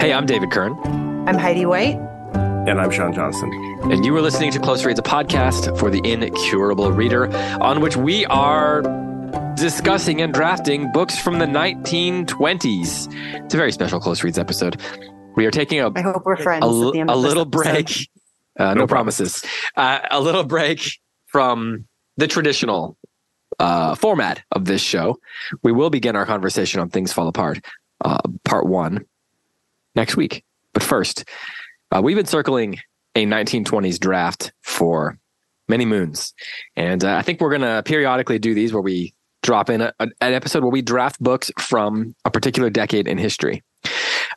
Hey, I'm David Kern. I'm Heidi White. And I'm Sean Johnson. And you are listening to Close Reads, a podcast for the incurable reader, on which we are discussing and drafting books from the 1920s. It's a very special Close Reads episode. We are taking a, I hope we're friends. a, at the end a of this little episode. break. Uh, no, promises. Uh, a little break from the traditional uh, format of this show. We will begin our conversation on Things Fall Apart, uh, part one, next week. But first, uh, we've been circling a 1920s draft for many moons. And uh, I think we're going to periodically do these where we drop in a, a- an episode where we draft books from a particular decade in history.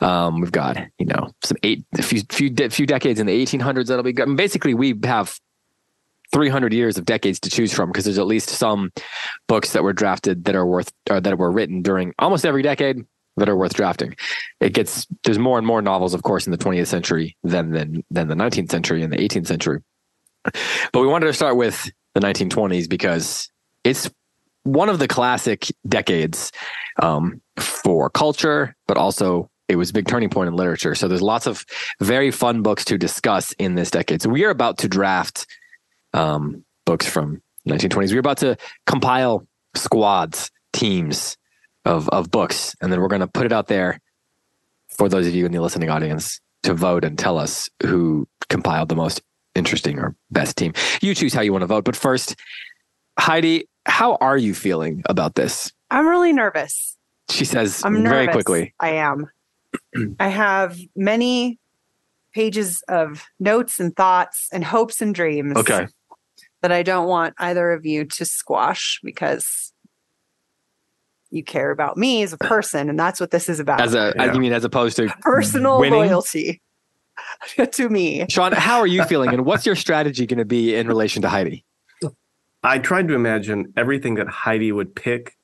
Um, we've got you know some eight a few few de- few decades in the 1800s that'll be good. I mean, basically we have 300 years of decades to choose from because there's at least some books that were drafted that are worth or that were written during almost every decade that are worth drafting. It gets there's more and more novels, of course, in the 20th century than than than the 19th century and the 18th century. But we wanted to start with the 1920s because it's one of the classic decades um, for culture, but also it was a big turning point in literature. So there's lots of very fun books to discuss in this decade. So we are about to draft um, books from 1920s. We're about to compile squads, teams of of books, and then we're going to put it out there for those of you in the listening audience to vote and tell us who compiled the most interesting or best team. You choose how you want to vote, but first, Heidi, how are you feeling about this? I'm really nervous. She says I'm nervous. very quickly. I am. I have many pages of notes and thoughts and hopes and dreams. Okay. That I don't want either of you to squash because you care about me as a person, and that's what this is about. As a, Yeah. you mean, as opposed to personal winning? loyalty to me. Sean, how are you feeling, and what's your strategy going to be in relation to Heidi? I tried to imagine everything that Heidi would pick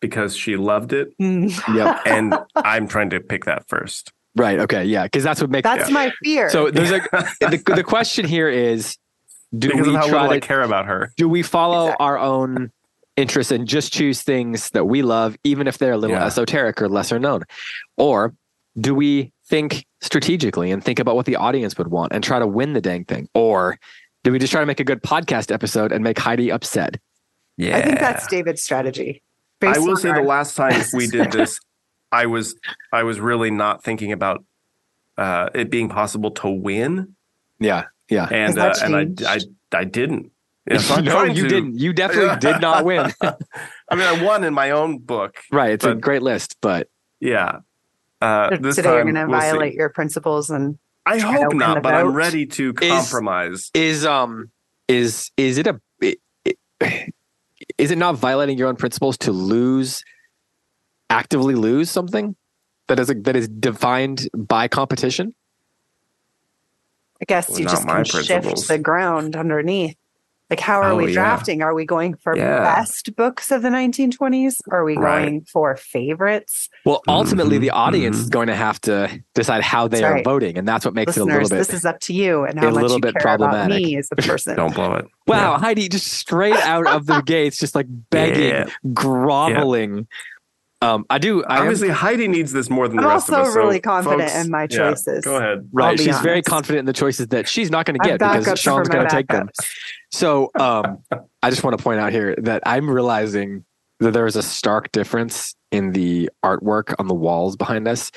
because she loved it. Mm. Yep. And I'm trying to pick that first. Right. Okay. Yeah. Because that's what makes That's my fear. So there's a the, the question here is do because of we how little try I to care about her. do we follow Exactly. our own interests and just choose things that we love even if they're a little Yeah. esoteric or lesser known or do we think strategically and think about what the audience would want and try to win the dang thing or do we just try to make a good podcast episode and make Heidi upset? Yeah. I think that's David's strategy. I Based will on say our- the last time we did this, I was I was really not thinking about uh, it being possible to win, Yeah, yeah. and uh, that and changed? I I, I didn't. If I'm no, trying you to- didn't. You definitely Yeah. did not win. I mean, I won in my own book. right. It's a But- great list, but Yeah. Uh, this today you're time, going to we'll see. violate your principles and I try to hope win the not, but I'm vote. ready to compromise. is um is is it a it, it- is it not violating your own principles to lose actively lose something that is that is defined by competition I guess Well, you not just my can shift principles. the ground underneath. Like, how are Oh, we yeah. drafting? Are we going for Yeah. best books of the 1920s? Are we Right. going for favorites? well ultimately Mhm, the audience mhm. is going to have to decide how they That's are right. voting and that's what makes it a Listeners, little bit this is up to you and how a much little you bit care about problematic. me as a person. Don't blow it. wow heidi just straight out of the gates just like begging Yeah. groveling um i do i am Obviously, Heidi needs this more than I'm the rest also of us. so, really confident folks, in my yeah, choices. go ahead. I'll right be she's very honest. confident in the choices that she's not going to I'm get because backups for sean's my going to take them backups. So um, I just want to point out here that I'm realizing that there is a stark difference in the artwork on the walls behind us.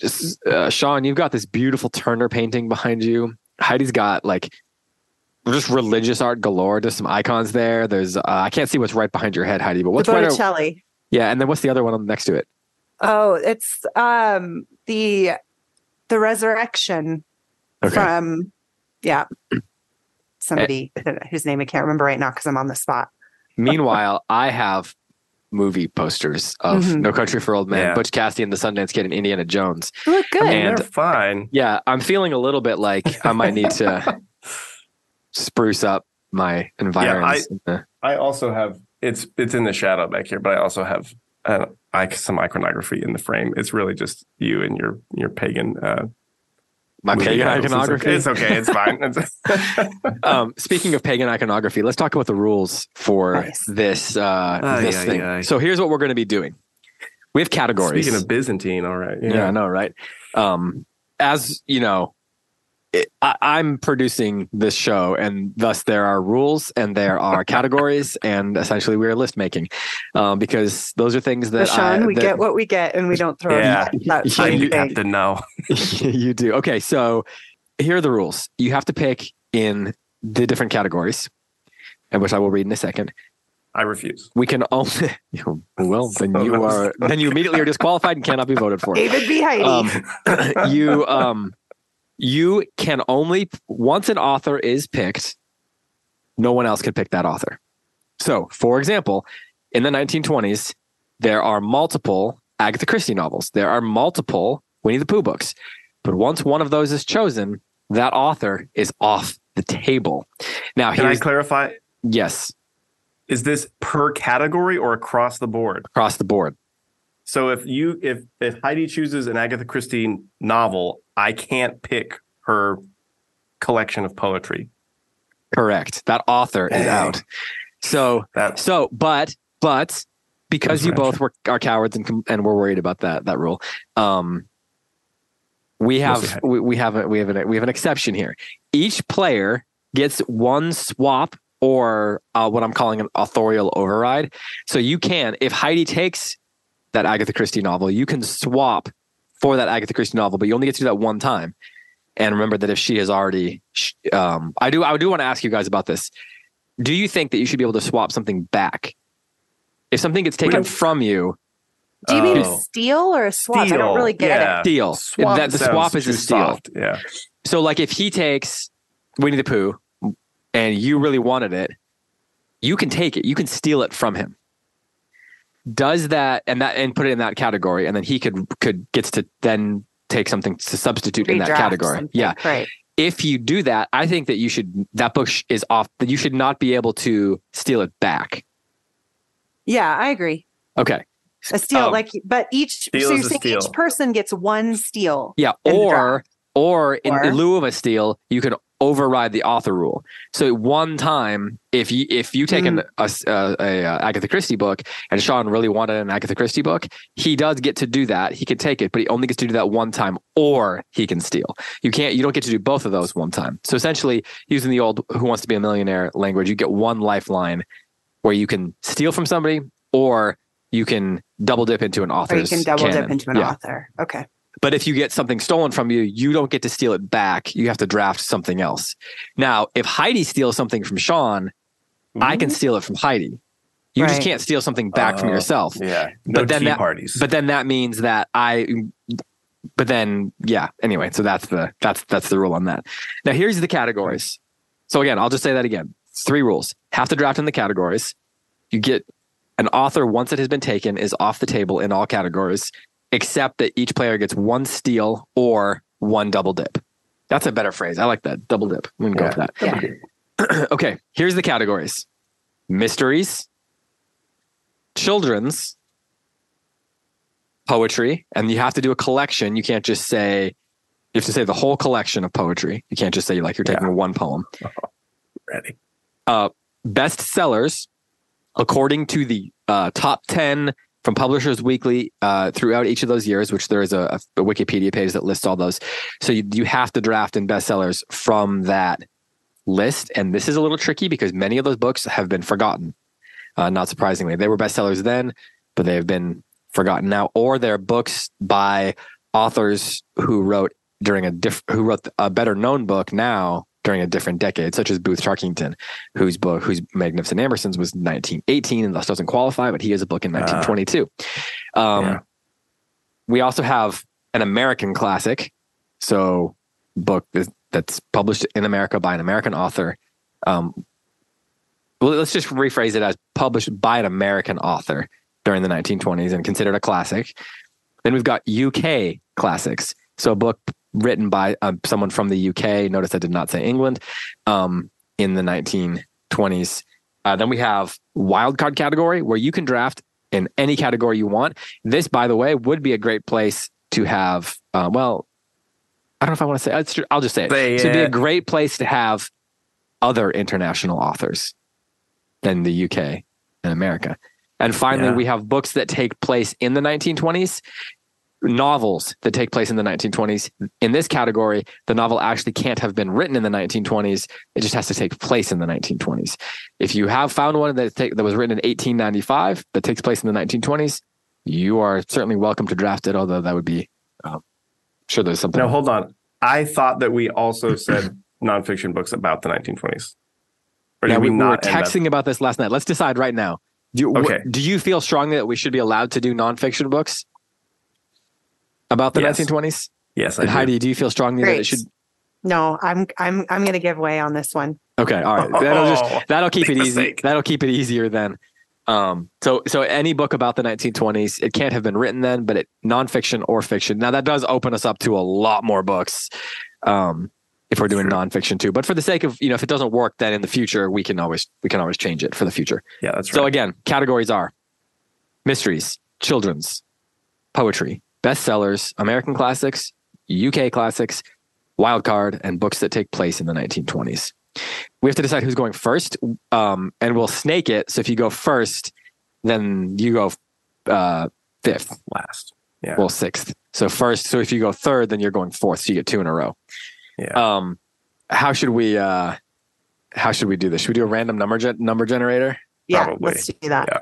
Just, Uh, Sean, you've got this beautiful Turner painting behind you. Heidi's got like just religious art galore. There's some icons there. There's uh, I can't see what's right behind your head, Heidi, but what's the right? o- Botticelli. yeah, and then what's the other one on next to it? Oh, it's um the the resurrection Okay. from yeah somebody whose name I can't remember right now because I'm on the spot. Meanwhile, I have movie posters of Mhm. No Country for Old Men, Yeah. Butch Cassidy and the Sundance Kid, and Indiana Jones. Look good. I mean, And- they're fine. Yeah, I'm feeling a little bit like I might need to spruce up my environs. I also have it's it's in the shadow back here, but I also have uh, I, some iconography in the frame. It's really just you and your your pagan. Uh, my movie pagan idols. It's iconography. okay. It's okay. It's fine. It's- um, speaking of pagan iconography, let's talk about the rules for Nice. this uh, Ay, this ay, thing. ay. So here's what we're going to be doing. We have categories. Speaking of Byzantine, all right. yeah, I know, right? Um, as you know, it, I, I'm producing this show, and thus there are rules and there are categories, and essentially we are list making um, because those are things that Sean, I, we that- get what we get and we don't throw Yeah. it back. That's Yeah, the you thing. to know. you do. Okay, so here are the rules. You have to pick in the different categories, and which I will read in a second. I refuse. We can only well then So you that was- are then you immediately are disqualified and cannot be voted for. David B. Heidi. Um, you um you can only once an author is picked, no one else can pick that author. So, for example, in the 1920s, there are multiple Agatha Christie novels. There are multiple Winnie the Pooh books. But once one of those is chosen, that author is off the table. Now, Can I here's clarify? yes, Is this per category or across the board? across the board. So if you if if Heidi chooses an Agatha Christie novel, I can't pick her collection of poetry. Correct. That author is Dang. out. So, That's So, but but because That's you right. both were are cowards and com- and we're worried about that that rule, um, we Mostly have hate. we, we have a, we have an we have an exception here. Each player gets one swap or uh, what I'm calling an authorial override. So you can, if Heidi takes that Agatha Christie novel, you can swap for that Agatha Christie novel, but you only get to do that one time. And remember that if she has already, sh- um, I do, I do want to ask you guys about this. Do you think that you should be able to swap something back? If something gets taken don't- from you, Do you mean a Oh. steal or a swap? I don't Steal, really get yeah. it. deal. swap that the sounds swap is too a steal. soft. Yeah. So, like, if he takes Winnie the Pooh and you really wanted it, you can take it. You can steal it from him. Does that and that and put it in that category, and then he could could gets to then take something to substitute in that Redraft category. something. Yeah. Right. If you do that, I think that you should that book sh- is off. That you should not be able to steal it back. Yeah, I agree. Okay. A steal, Um, like, but each steal so you're is a saying steal. each person gets one steal. Yeah, in the or or in, Or- in lieu of a steal, you can override the author rule. So one time, if you if you take Mm. an a, s- a- a, uh, Agatha Christie book, and Sean really wanted an Agatha Christie book, he does get to do that. He can take it, but he only gets to do that one time, or he can steal. You can't. You don't get to do both of those one time. So essentially, using the old "Who Wants to Be a Millionaire" language, you get one lifeline where you can steal from somebody, or you can double dip into an Or author. you can double dip into an author. Okay. But if you get something stolen from you, you don't get to steal it back. You have to draft something else. Now, if Heidi steals something from Sean, I can steal it from Heidi. You just Right. can't steal something back from Uh, yourself. Yeah. No But then tea that- parties. But then that means that I but then yeah, anyway, so that's the that's that's the rule on that. Now here's the categories. So again, I'll just say that again. Three rules. Have to draft in the categories. You get an author once it has been taken is off the table in all categories, except that each player gets one steal or one double dip. That's a better phrase. I like that. Double dip. I'm gonna Yeah. go for that Yeah. okay, here's the categories mysteries, children's, poetry. And you have to do a collection. You can't just say, you have to say the whole collection of poetry. You can't just say, like, you're taking one poem. ready. Best sellers, according to the uh, top 10 from Publishers Weekly uh, throughout each of those years, which there is a, a Wikipedia page that lists all those. So you, you have to draft in bestsellers from that list. And this is a little tricky because many of those books have been forgotten. Uh, not surprisingly, they were bestsellers then, but they have been forgotten now, or they're books by authors who wrote during a diff- who wrote a better known book now during a different decade, such as Booth Tarkington, whose book, whose Magnificent Ambersons was 1918 and thus doesn't qualify, but he has a book in Ah. 1922. um, Yeah. We also have an American classic, so book that's- that's published in America by an American author. Um, well, let's just rephrase it as published by an American author during the 1920s and considered a classic. Then we've got UK classics, so a book written by um, someone from the UK. Notice I did not say England um, in the 1920s. Uh, then we have wildcard category where you can draft in any category you want. This, by the way, would be a great place to have. Uh, well, I don't know if I want to say. it's- I'll just say it. Say So it'd be a it. great place to have other international authors than the UK and America. And finally, Yeah. we have books that take place in the 1920s, novels that take place in the 1920s. In this category, the novel actually can't have been written in the 1920s. It just has to take place in the 1920s. If you have found one that, take, that was written in 1895 that takes place in the 1920s, you are certainly welcome to draft it, although that would be, um, sure, there's something. Now hold on. I thought that we also said nonfiction books about the 1920s. Or Now, did we, we were not end that- texting about this last night. Let's decide right now. Do you, wh- Okay. do you feel strongly that we should be allowed to do nonfiction books about the Yes. 1920s? Yes, I And did. Heidi, do you feel strongly that it Great. should? No, I'm I'm I'm gonna give way on this one. Okay, all right. That'll just that'll keep Big it easy. mistake. That'll keep it easier then. Um, so so any book about the 1920s, it can't have been written then, but it nonfiction or fiction. Now that does open us up to a lot more books. Um, if we're doing Sure. nonfiction too, but for the sake of you know, if it doesn't work, then in the future we can always we can always change it for the future. yeah, that's right. So again, categories are mysteries, children's, poetry, bestsellers, American classics, UK classics, wild card, and books that take place in the 1920s. We have to decide who's going first, um, and we'll snake it. So if you go first, then you go uh, fifth, last. Yeah. well sixth. So first, so if you go third, then you're going fourth. So you get two in a row. Yeah. Um, how should we? Uh, how should we do this? Should we do a random number gen- number generator? Yeah, Probably. let's do that. Yeah.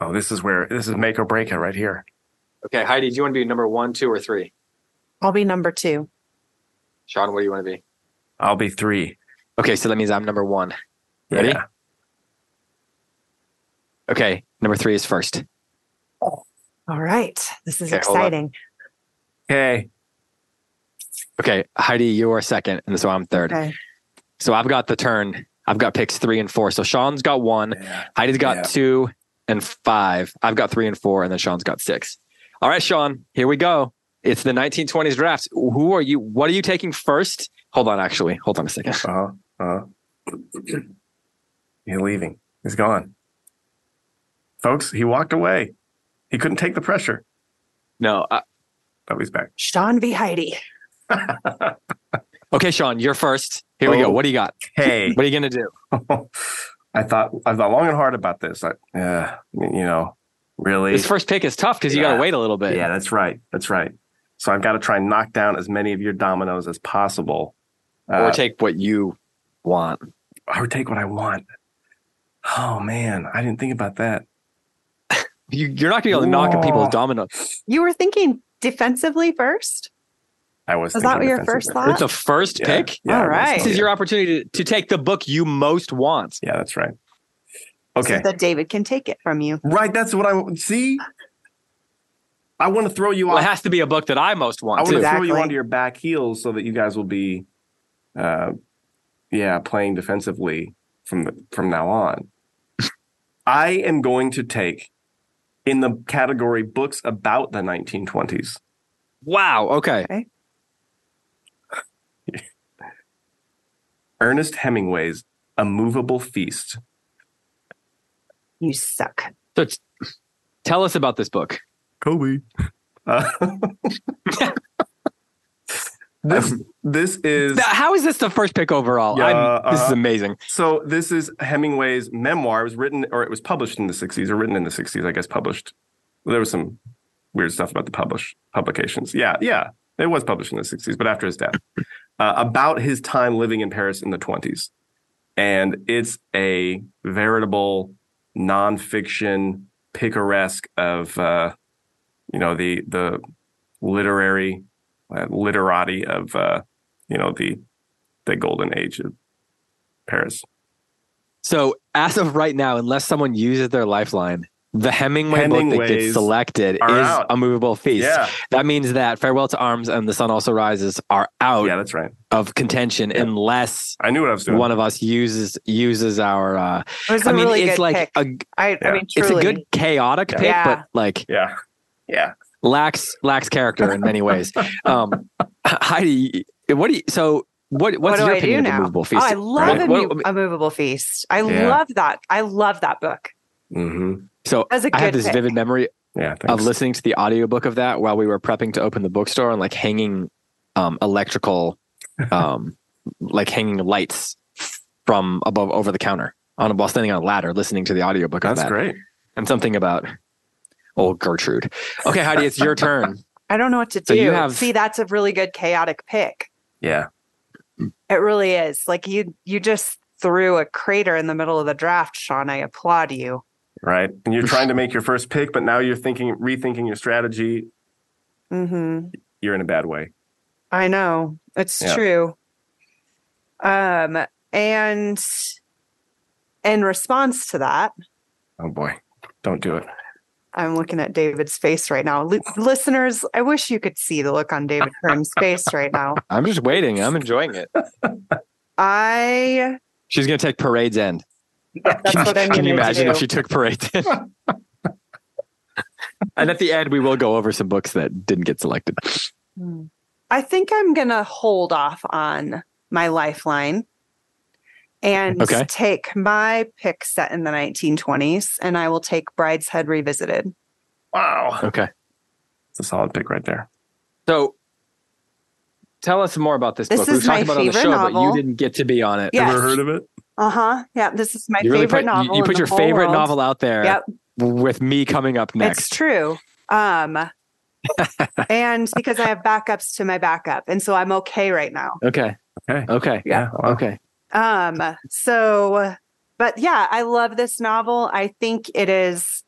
oh, this is where this is make or break it right here. Okay, Heidi, do you want to be number one, two, or three? I'll be number two. Sean, what do you want to be? I'll be three. Okay, so that means I'm number one. Ready? Yeah. Okay, number three is first. All right. This is Okay, hold on. exciting. Okay. Okay, Heidi, you are second, and so I'm third. Okay. So I've got the turn. I've got picks three and four. So Sean's got one. Yeah. Heidi's got Yeah. two and five. I've got three and four, and then Sean's got six. All right, Sean, here we go. It's the 1920s draft. Who are you? What are you taking first? Hold on, actually. Hold on a second. Uh huh. Uh huh. He's leaving. He's gone. Folks, he walked away. He couldn't take the pressure. No. Uh, Oh, he's back. Sean v. Heidi. okay, Sean, you're first. Here we go. Oh. What do you got? Hey. What are you going to do? I thought I thought long and hard about this. I, yeah, you know, really. This first pick is tough because you got Yeah. to wait a little bit. Yeah, that's right. That's right. So I've got to try and knock down as many of your dominoes as possible, or uh, take what you want. or take what I want. Oh man, I didn't think about that. You, you're not going to be able to knock at people's Whoa. domino. You were thinking defensively first? I was. Was that thinking what your defensive first back. thought? It's a first Yeah, pick. yeah, All I was right. This thinking- is your opportunity to, to take the book you most want. Yeah, that's right. So Okay. that David can take it from you. right. That's what I see. I want to throw you Well, it off. has to be a book that I most I want want too. to throw you Exactly. onto your back heels so that you guys will be, uh, yeah, playing defensively from the, from now on. I am going to take in the category books about the 1920s. Wow. Okay. Ernest Hemingway's A Movable Feast. You suck. So t- tell us about this book. Kobe. Uh, this this is Th- How is this the first pick overall? Yeah, I'm, this is uh-huh. amazing. So this is Hemingway's memoir. It was written, or it was published in the '60s, or written in the '60s, I guess. Published. There was some weird stuff about the publish publications. Yeah, yeah, it was published in the '60s, but after his death, uh, about his time living in Paris in the '20s, and it's a veritable nonfiction picaresque of, uh, you know, the the literary uh, literati of, uh, you know, the the golden age of Paris. So as of right now, unless someone uses their lifeline, the Hemingway book that gets Hemingways selected is are out. a movable feast. Yeah, That means that Farewell to Arms and The Sun Also Rises are out yeah, that's right. of contention Yeah. unless I knew what I was doing. one of us uses uses our uh It was a i mean really it's good like pick. a I, Yeah. I mean, it's truly. a good chaotic pick Yeah. but like yeah, yeah. lacks lacks character in many ways um heidi what do you so what what's what do your I do opinion of now? the movable feast Oh, I love Right. a, What- mu- a movable feast. I Yeah. love that. I love that book. Mm-hmm. so That's a good I have this pick. vivid memory Yeah, thanks. of listening to the audiobook of that while we were prepping to open the bookstore and like hanging um electrical um like hanging lights from above over the counter on while standing on a ladder listening to the audiobook of That's that. great. And something about old Gertrude. Okay, Heidi, it's your turn. I don't know what to So do. you have- See, that's a really good chaotic pick. Yeah. It really is. Like you you just threw a crater in the middle of the draft, Sean. I applaud you. Right. And you're trying to make your first pick, but now you're thinking, rethinking your strategy. Mhm. You're in a bad way. I know. It's Yeah. true. Um and in response to that, Oh boy. Don't do it. I'm looking at David's face right now. Li- listeners, I wish you could see the look on David Kern's face right now. I'm just waiting. I'm enjoying it. I She's gonna take Parade's End. that's what I'm Can you gonna imagine do. if she took Parade's End? and at the end, we will go over some books that didn't get selected. Hmm. I think I'm going to hold off on my lifeline and Okay. take my pick set in the 1920s and I will take Bride's Head Revisited. Wow. Okay. It's a solid pick right there. So tell us more about this, This book. We is talked my about it on the show, favorite but you novel. didn't get to be on it. Yes. Ever heard of it? Uh huh. Yeah, this is my you favorite really put, novel. You, you in put the your whole favorite world. novel out there Yep. with me coming up It's next. true. Um, and because I have backups to my backup. And so I'm okay right now. Okay. Okay. Okay. Yeah. wow. Okay. Um, so, but yeah, I love this novel. I think it is,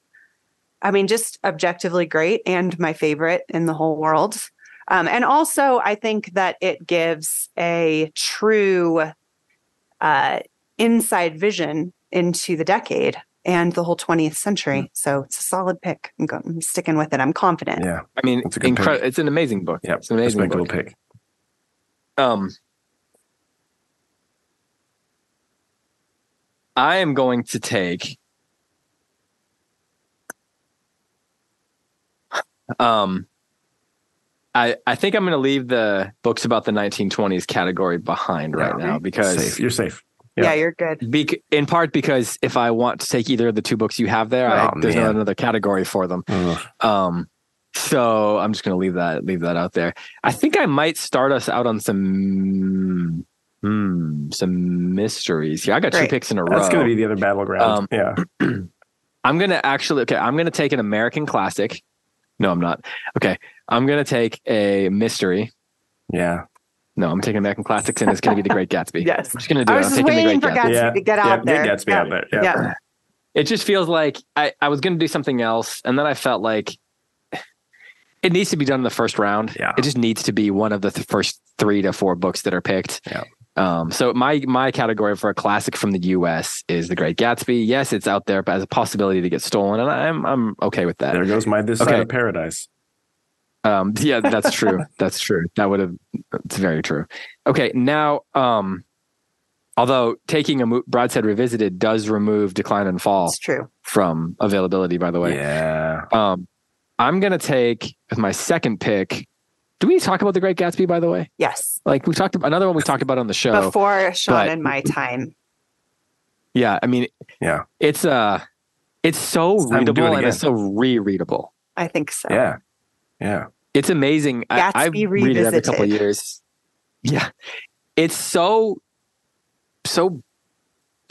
I mean, just objectively great and my favorite in the whole world. Um, and also, I think that it gives a true uh, inside vision into the decade and the whole 20th Hmm. century. So it's a solid pick. I'm, going, I'm sticking with it. I'm confident. Yeah. I mean, That's a good incre- pick. it's an amazing book. Yep. It's an amazing Respectable book. pick. Um, I am going to take. Um, I I think I'm going to leave the books about the 1920s category behind right Yeah. now because safe. You're safe. Yeah, Yeah. you're good. Bec- in part because if I want to take either of the two books you have there, I, Oh, there's not man. another category for them. Ugh. Um, so I'm just gonna leave that leave that out there. I think I might start us out on some hmm, some mysteries here. I got two Great. picks in a row. That's going to be the other Um, battleground. yeah. I'm gonna actually okay. I'm gonna take an American classic. No, I'm not. Okay, I'm gonna take a mystery. Yeah. No, I'm taking American classics, and it's gonna be The Great Gatsby. Yes. I'm just gonna do I it. was I'm taking just The Great waiting for Gatsby. Gatsby Yeah. to get out yeah. there. Gatsby out there. Yeah. Yeah. it just feels like I, I was going to do something else and then i felt like it needs to be done in the first round Yeah. it just needs to be one of the th- first three to four books that are picked Yeah. um, so my my category for a classic from the us is the great gatsby yes it's out there but as a possibility to get stolen and i'm i'm okay with that There goes my this Okay. side of paradise. um, yeah that's true that's true that would have it's very true okay now um although taking a mo- broadside revisited does remove decline and fall It's true. from availability by the way Yeah. Um, I'm gonna take with my second pick. Do we talk about the Great Gatsby? By the way, Yes. like we talked about another one we talked about on the show. Before Sean but- and my time. yeah, I mean, Yeah. it's uh, it's so It's time to do readable it and it's so re-readable. I think so. Yeah. Yeah. It's amazing. I, I Gatsby read it every couple of Revisited. years. Yeah, it's so so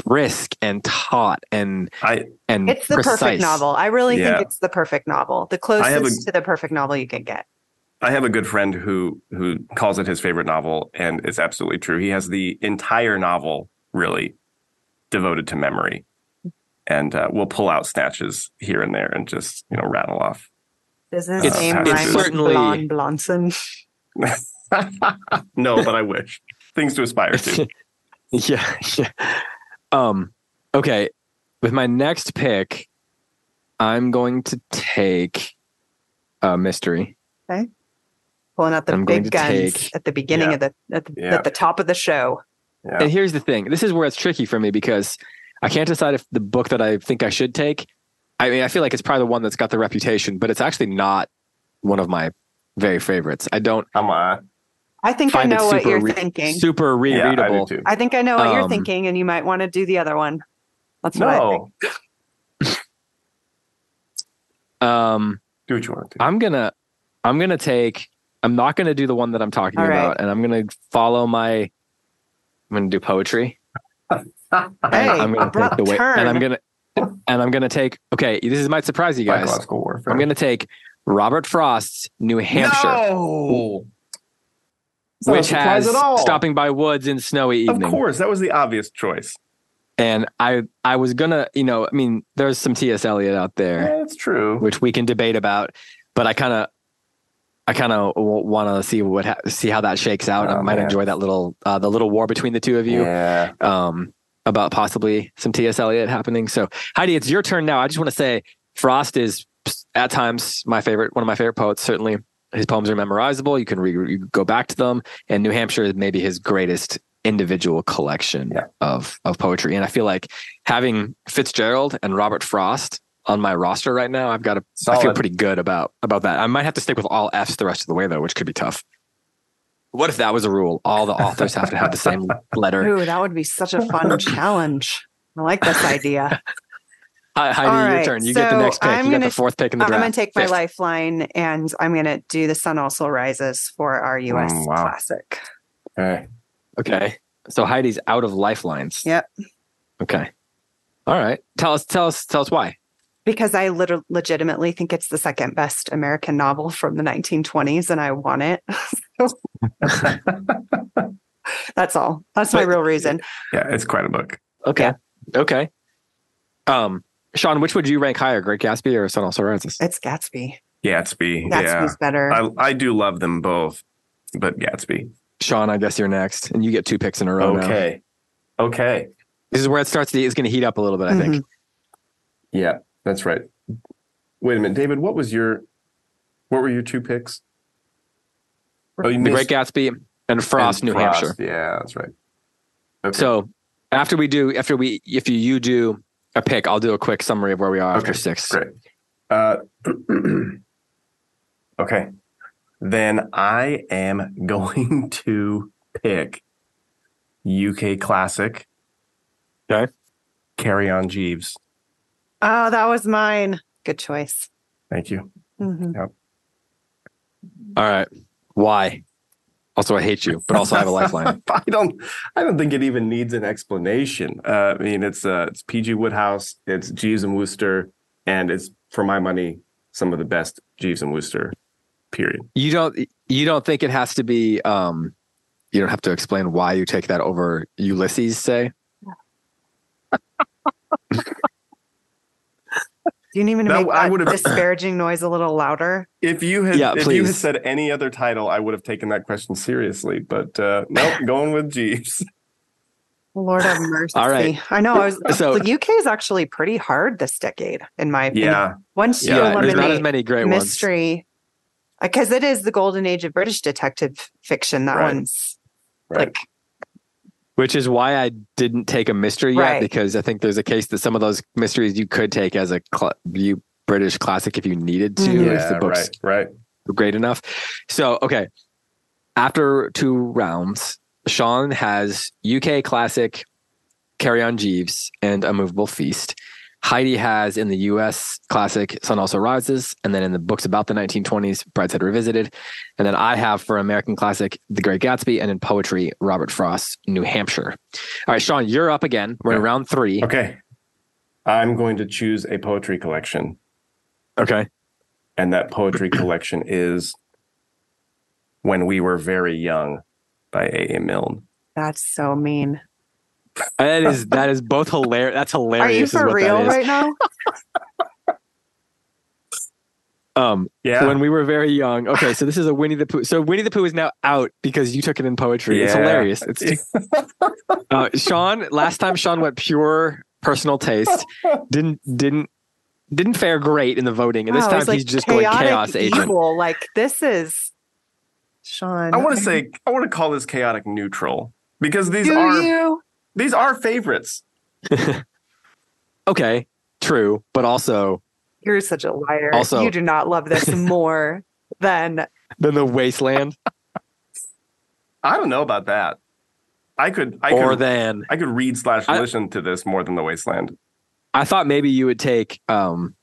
brisk and taut and I and It's the precise. perfect novel. I really Yeah. think it's the perfect novel. The I have a- closest to the perfect novel you can get. I have a good friend who who calls it his favorite novel, and it's absolutely true. He has the entire novel really devoted to memory, and uh, we'll pull out snatches here and there and just you know rattle off. Does this It's- name it's rhyme with certainly- Blonde Blonson? no, but I wish things to aspire to. yeah, yeah. Um, okay. With my next pick, I'm going to take a mystery. Pulling out the I'm going to big guns take- at the beginning Yeah. of the at the, Yeah. at the top of the show. Yeah. And here's the thing: this is where it's tricky for me because I can't decide if the book that I think I should take. I mean, I feel like it's probably the one that's got the reputation, but it's actually not one of my very favorites. I don't Come on, I think I find know it what super you're re- thinking. super yeah, I do rereadable. too. I think I know what you're Um, thinking, and you might want to do the other one. That's what I think. No, um, do what you want to. do. I'm gonna I'm gonna take I'm not gonna do the one that I'm talking All right. about, and I'm gonna follow my I'm gonna do poetry. And Hey, I'm gonna abrupt take the way, turn. and I'm gonna and I'm gonna take. Okay, this might surprise you guys. Biological warfare. I'm gonna take Robert Frost's New Hampshire, No! It's not a which surprise has at all. stopping by woods in snowy Of evening. course, that was the obvious choice. And I I was gonna, you know, I mean, there's some T.S. Eliot out there. Yeah, that's true. which we can debate about. But I kind of, I kind of w- want to see what ha- see how that shakes out. I Oh, might man. enjoy that little uh, the little war between the two of you Yeah. um, about possibly some T.S. Eliot happening. So Heidi, it's your turn now. I just want to say Frost is at times my favorite, one of my favorite poets. Certainly, his poems are memorizable. You can re- you can go back to them. And New Hampshire is maybe his greatest individual collection Yeah. of of poetry. And I feel like having Fitzgerald and Robert Frost on my roster right now, I've got a I feel Solid. pretty good about about that. I might have to stick with all F's the rest of the way though, which could be tough. What if that was a rule? All the authors have to have the same letter. Ooh, that would be such a fun challenge. I like this idea. Hi, Heidi, All your right, turn. You get the so next pick. I'm you got gonna- the fourth pick in the I'm draft. going to take my Fifth. lifeline and I'm going to do The Sun Also Rises for our US Mm, wow. classic. Okay. Okay. So Heidi's out of lifelines. Yep. Okay. All right. Tell us. Tell us. Tell us why. Because I liter- legitimately think it's the second best American novel from the 1920s and I want it. So- That's all. That's my But- real reason. Yeah, it's quite a book. Okay. Okay. Um, Sean, which would you rank higher, Great Gatsby or Sun Also Rises? It's Gatsby. Gatsby. Yeah. Gatsby's better. I, I do love them both, but Gatsby. Sean, I guess you're next, and you get two picks in a Oh, row. now. Okay. This is where it starts. To, it's going to heat up a little bit. I think. Mm-hmm. Yeah, that's right. Wait a minute, David. What was your? What were your two picks? Oh, you The Great Gatsby and Frost, and New Frost. Hampshire. Yeah, that's right. Okay. So after we do, after we, if you, you do a pick, I'll do a quick summary of where we are after Okay, six. great. Uh, okay. Then I am going to pick UK classic. Okay. Carry on Jeeves. Oh, that was mine. Good choice. Thank you. Mhm. All right. Why? Also, I hate you, but also I have a lifeline. I don't. I don't think it even needs an explanation. Uh, I mean, it's uh, it's PG Woodhouse, it's Jeeves and Wooster, and it's for my money some of the best Jeeves and Wooster. Period. You don't. You don't think it has to be. um You don't have to explain why you take that over Ulysses. Say Do you need me to That- make I that would've- disparaging noise a little louder? If you had, Yeah, if you had please. said any other title, I would have taken that question seriously. But uh, nope, going with Jeeves. Lord have mercy. All right. I know. I was, so. the UK is actually pretty hard this decade, in my opinion. Yeah, Once you Yeah, there's not as eliminate many great ones. mystery, because it is the golden age of British detective fiction. That Right. one's right. like, Which is why I didn't take a mystery yet, Right. because I think there's a case that some of those mysteries you could take as a cl- you British classic if you needed to, Mhm. if yeah, the book's right, right. great enough. So, okay. After two rounds, Sean has UK classic Carry On Jeeves and A Movable Feast. Heidi has in the US classic Sun Also Rises, and then in the books about the 1920s, Brideshead Revisited. And then I have for American classic The Great Gatsby, and in poetry, Robert Frost's New Hampshire. All right, Sean, you're up again. We're in Okay. round three. Okay, I'm going to choose a poetry collection, Okay. and that poetry collection is "When We Were Very Young" by A. A. Milne. that's so mean. That is that is both hilarious. That's Are you hilarious. is for what that real is. right now? Um, Yeah. when we were very young. Okay, so this is a Winnie the Pooh. So Winnie the Pooh is now out because you took it in poetry. It's Yeah. hilarious. It's just, uh, Sean. Last time Sean went pure personal taste. Didn't didn't didn't fare great in the voting, and this Wow, time it's like he's just going chaotic chaos agent. evil. Like this is Sean. I want to say I want to call this chaotic neutral because these Do are you? these are favorites. Okay, true, but also You're such a liar. Also- you do not love this more than then the wasteland I don't know about that. I could I or could then I could read slash I- listen to this more than the wasteland. I thought maybe you would take um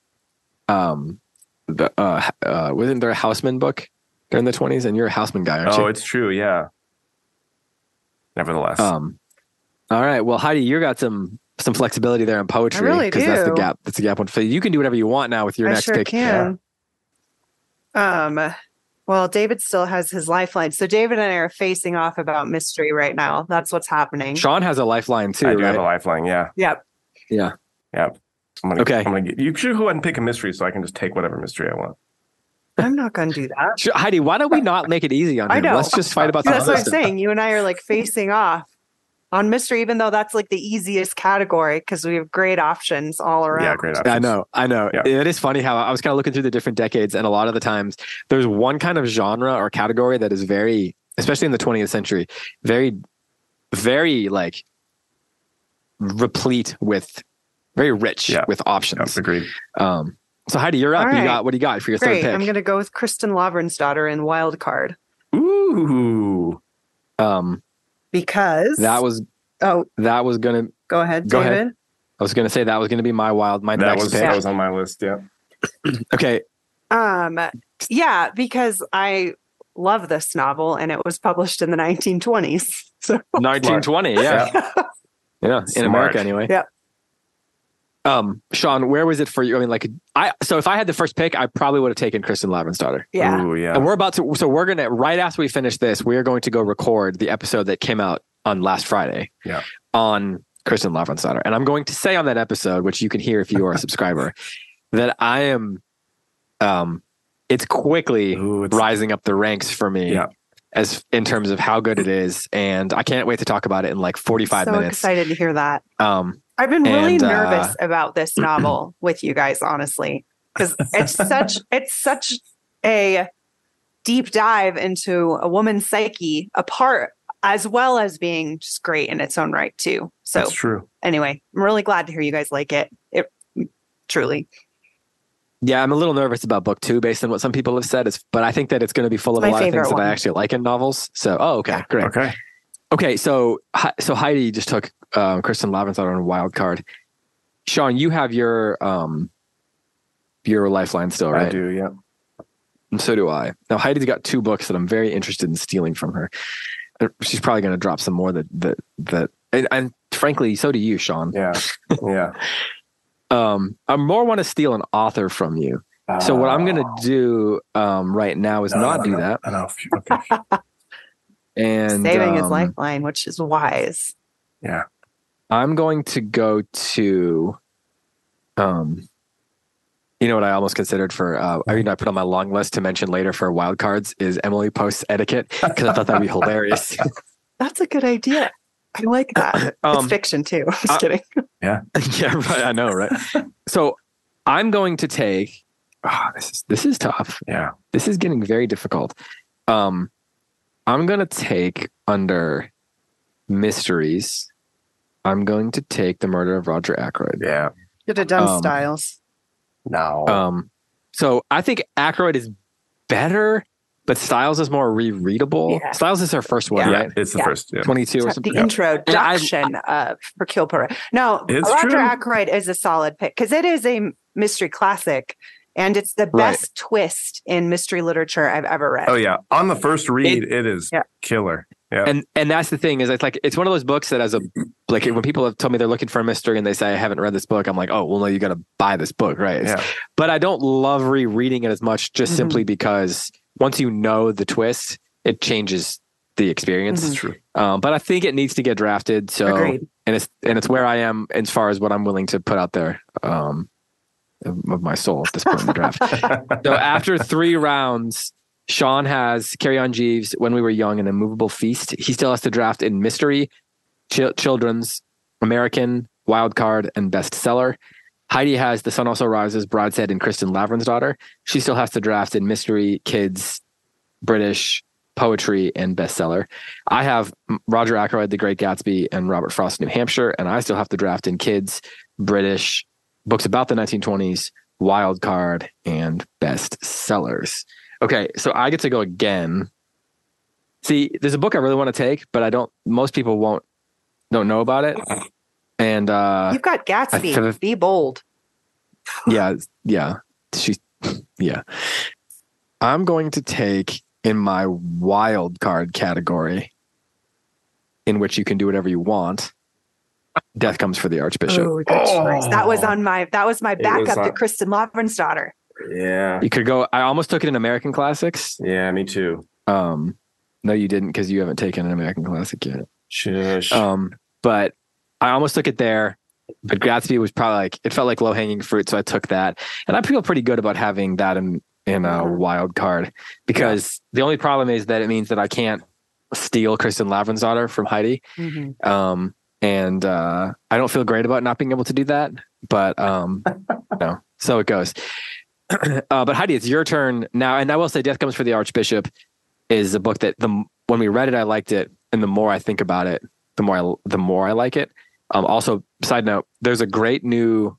um the uh, uh wasn't there a Houseman book during the twenties, and you're a Houseman guy, aren't you? Oh, it's true. Yeah. Nevertheless, Um, All right. Well, Heidi, you got some some flexibility there in poetry really that's the do. gap. That's the gap one. So you can do whatever you want now with your I next sure pick. can. Um, well, David still has his lifeline. So David and I are facing off about mystery right now. That's what's happening. Sean has a lifeline too, I do have a right? lifeline. Yeah. Yep. Yeah. I'm gonna, Okay. I'm gonna get, you should go ahead and pick a mystery so I can just take whatever mystery I want. I'm not going to do that. Sh- Heidi, why don't we not make it easy on I him? know. Let's just fight about the That's what I'm system. saying. You and I are like facing off on mystery, even though that's like the easiest category because we have great options all around. Yeah. Great. I options. know, I know. Yeah. It is funny how I was kind of looking through the different decades, and a lot of the times there's one kind of genre or category that is very, especially in the 20th century, very, very like replete with, very rich Yeah. with Yeah, options. agreed. Um, so Heidi, you're up. All You right. got what do you got for your Great. third I'm pick? going to go with Kristen Lavrin's daughter in Wild Card Ooh. um, because that was oh, that was gonna. go ahead, Go ahead. David. I was gonna say that was gonna be my wild, my That next was pick. that was on my list. Yeah. Okay, Um, yeah, because I love this novel and it was published in the 1920s. So 1920. Yeah, Yeah, in Smart. America anyway. Yeah. Um, Sean, where was it for you? I mean, like, I so if I had the first pick, I probably would have taken Kristen Lavrin's daughter. yeah, Ooh, yeah. And we're about to, so we're gonna right after we finish this, we are going to go record the episode that came out on last Friday. Yeah. On Kristen Lavrin's daughter, and I'm going to say on that episode, which you can hear if you are a subscriber, that I am, um, it's quickly Ooh, it's- rising up the ranks for me. Yeah. As in terms of how good it is, and I can't wait to talk about it in like 45 so minutes. excited to hear that. Um, I've been really And, uh, nervous about this novel with you guys, honestly, because it's such it's such a deep dive into a woman's psyche, apart as well as being just great in its own right too. So That's true. anyway, I'm really glad to hear you guys like it. It truly, Yeah, I'm a little nervous about book two based on what some people have said. It's, but I think that it's going to be full of It's a my lot of things favorite that I one. actually like in novels. So, oh, okay, Yeah. great. Okay. Okay, so Hi- so Heidi just took um, Kristen Lavin's out on a wild card. Sean, you have your um your lifeline still, I right? do. Yeah. And so do I. Now Heidi's got two books that I'm very interested in stealing from her. Uh, She's probably going to drop some more that that that, and, and frankly, so do you, Sean. Yeah. Yeah. Um, I more want to steal an author from you. So what I'm going to do um, right now is Oh. No, not no, do no, that. Uh, I know. Okay. and saving his um, lifeline, which is wise. Yeah. I'm going to go to, um, you know what I almost considered for, uh, I mean, I put on my long list to mention later for wild cards is Emily Post's etiquette because I thought that'd be hilarious. That's a good idea. I like that. Um, it's fiction too. I'm just uh, kidding. yeah, right. I know, right? So I'm going to take. Oh, this is this is tough. Yeah. This is getting very difficult. Um, I'm gonna take under mysteries. I'm going to take the murder of Roger Ackroyd. Yeah. Could have done um, styles. No. Oh. Um, so I think Aykroyd is better, but Styles is more rereadable. Yeah. Styles is her first one, yeah. right? It's the Yeah. first. Yeah. Twenty two or the something. introduction of for Kill Parade. No, It's Roger true. Ackroyd is a solid pick because it is a mystery classic, and it's the Right. best twist in mystery literature I've ever read. Oh yeah. On the first read, it is Yeah. killer. Yeah. And and that's the thing is it's like it's one of those books that as a like when people have told me they're looking for a mystery and they say I haven't read this book, I'm like, oh well no, you gotta buy this book, right? Yeah. But I don't love rereading it as much just Mhm. simply because once you know the twist, it changes the experience. It's true. Um, but I think it needs to get drafted. So Mm-hmm. Agreed. and it's and it's where I am as far as what I'm willing to put out there um, of of my soul at this point in the draft. so after three rounds, Sean has Carry On Jeeves, When We Were Young, and Immovable Feast. He still has to draft in Mystery, Chil- Children's, American, Wild Card, and Bestseller. Heidi has The Sun Also Rises, Broadshead, and Kristen Lavrin's daughter. She still has to draft in Mystery, Kids, British, Poetry, and Bestseller. I have Roger Ackroyd, The Great Gatsby, and Robert Frost, New Hampshire, and I still have to draft in kids, British, books about the 1920s, wild card, and best sellers. Okay, so I get to go again. See, there's a book I really want to take, but I don't. Most people won't don't know about it, and uh, You've got I feel- Gatsby. Be bold. yeah, yeah, she, yeah. I'm going to take in my wild card category, in which you can do whatever you want. Death Comes for the Archbishop. Oh, that's Oh. right. That was on my that was my It was backup to on- Kristen Lovren's daughter. Yeah. You could go. I almost took it in American classics. Yeah, me too. Um, no, you didn't because you haven't taken an American classic yet. Shush. Um, but I almost took it there. But Gatsby was probably like it felt like low hanging fruit, so I took that, and I feel pretty good about having that in in a Mhm. wild card because the only problem is that it means that I can't steal Kristen Lavrin's daughter from Heidi, um, and uh, I don't feel great about not being able to do that. But um, no, so it goes. uh, but Heidi, it's your turn now, and I will say, Death Comes for the Archbishop is a book that the when we read it, I liked it, and the more I think about it, the more I, the more I like it. Um, also, side note, there's a great new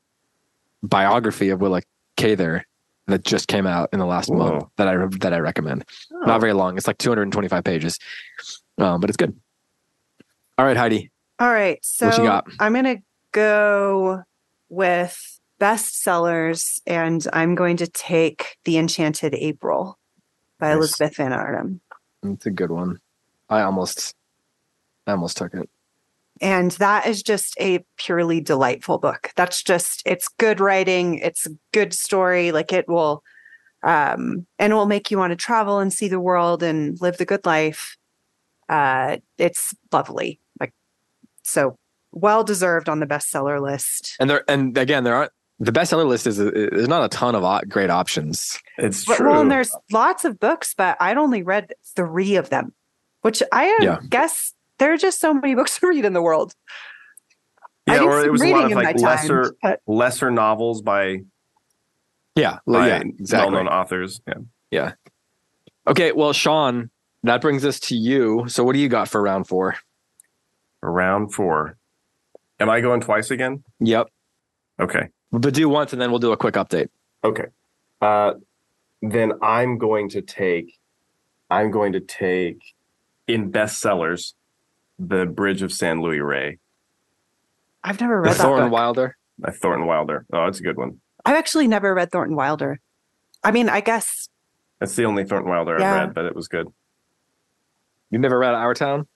biography of Willa Cather that just came out in the last Whoa. month that I that I recommend. Oh. Not very long; it's like 225 pages, um, but it's good. All right, Heidi, Oh. All right. So what you got? I'm going to go with bestsellers and I'm going to take The Enchanted April by Nice. Elizabeth Van Arnhem. It's a good one. I almost, I almost took it. And that is just a purely delightful book. That's just, it's good writing. It's a good story. Like it will, um, and it will make you want to travel and see the world and live the good life. Uh, it's lovely. Like, so well deserved on the bestseller list. And there, and again, there aren't the bestseller list is there's not a ton of o- great options. it's But, true. well, and there's lots of books, but I'd only read three of them, which I uh, Yeah. guess there are just so many books to read in the world. I yeah, did or some it was a reading lot of in my like time, lesser but- lesser novels by, Yeah, by yeah, exactly. well-known authors. Yeah. Okay, well, Sean, that brings us to you. So, what do you got for round four? Round four. Am I going twice again? Yep, Okay. but do once, and then we'll do a quick update. Okay. Uh, then I'm going to take, I'm going to take in bestsellers, The Bridge of San Luis Rey I've never The read that Thorne book. Wilder. by Thornton Wilder. Oh, it's a good one. I've actually never read Thornton Wilder. I mean, I guess That's the only Thornton Wilder Yeah. I've read, but it was good. You never read Our Town?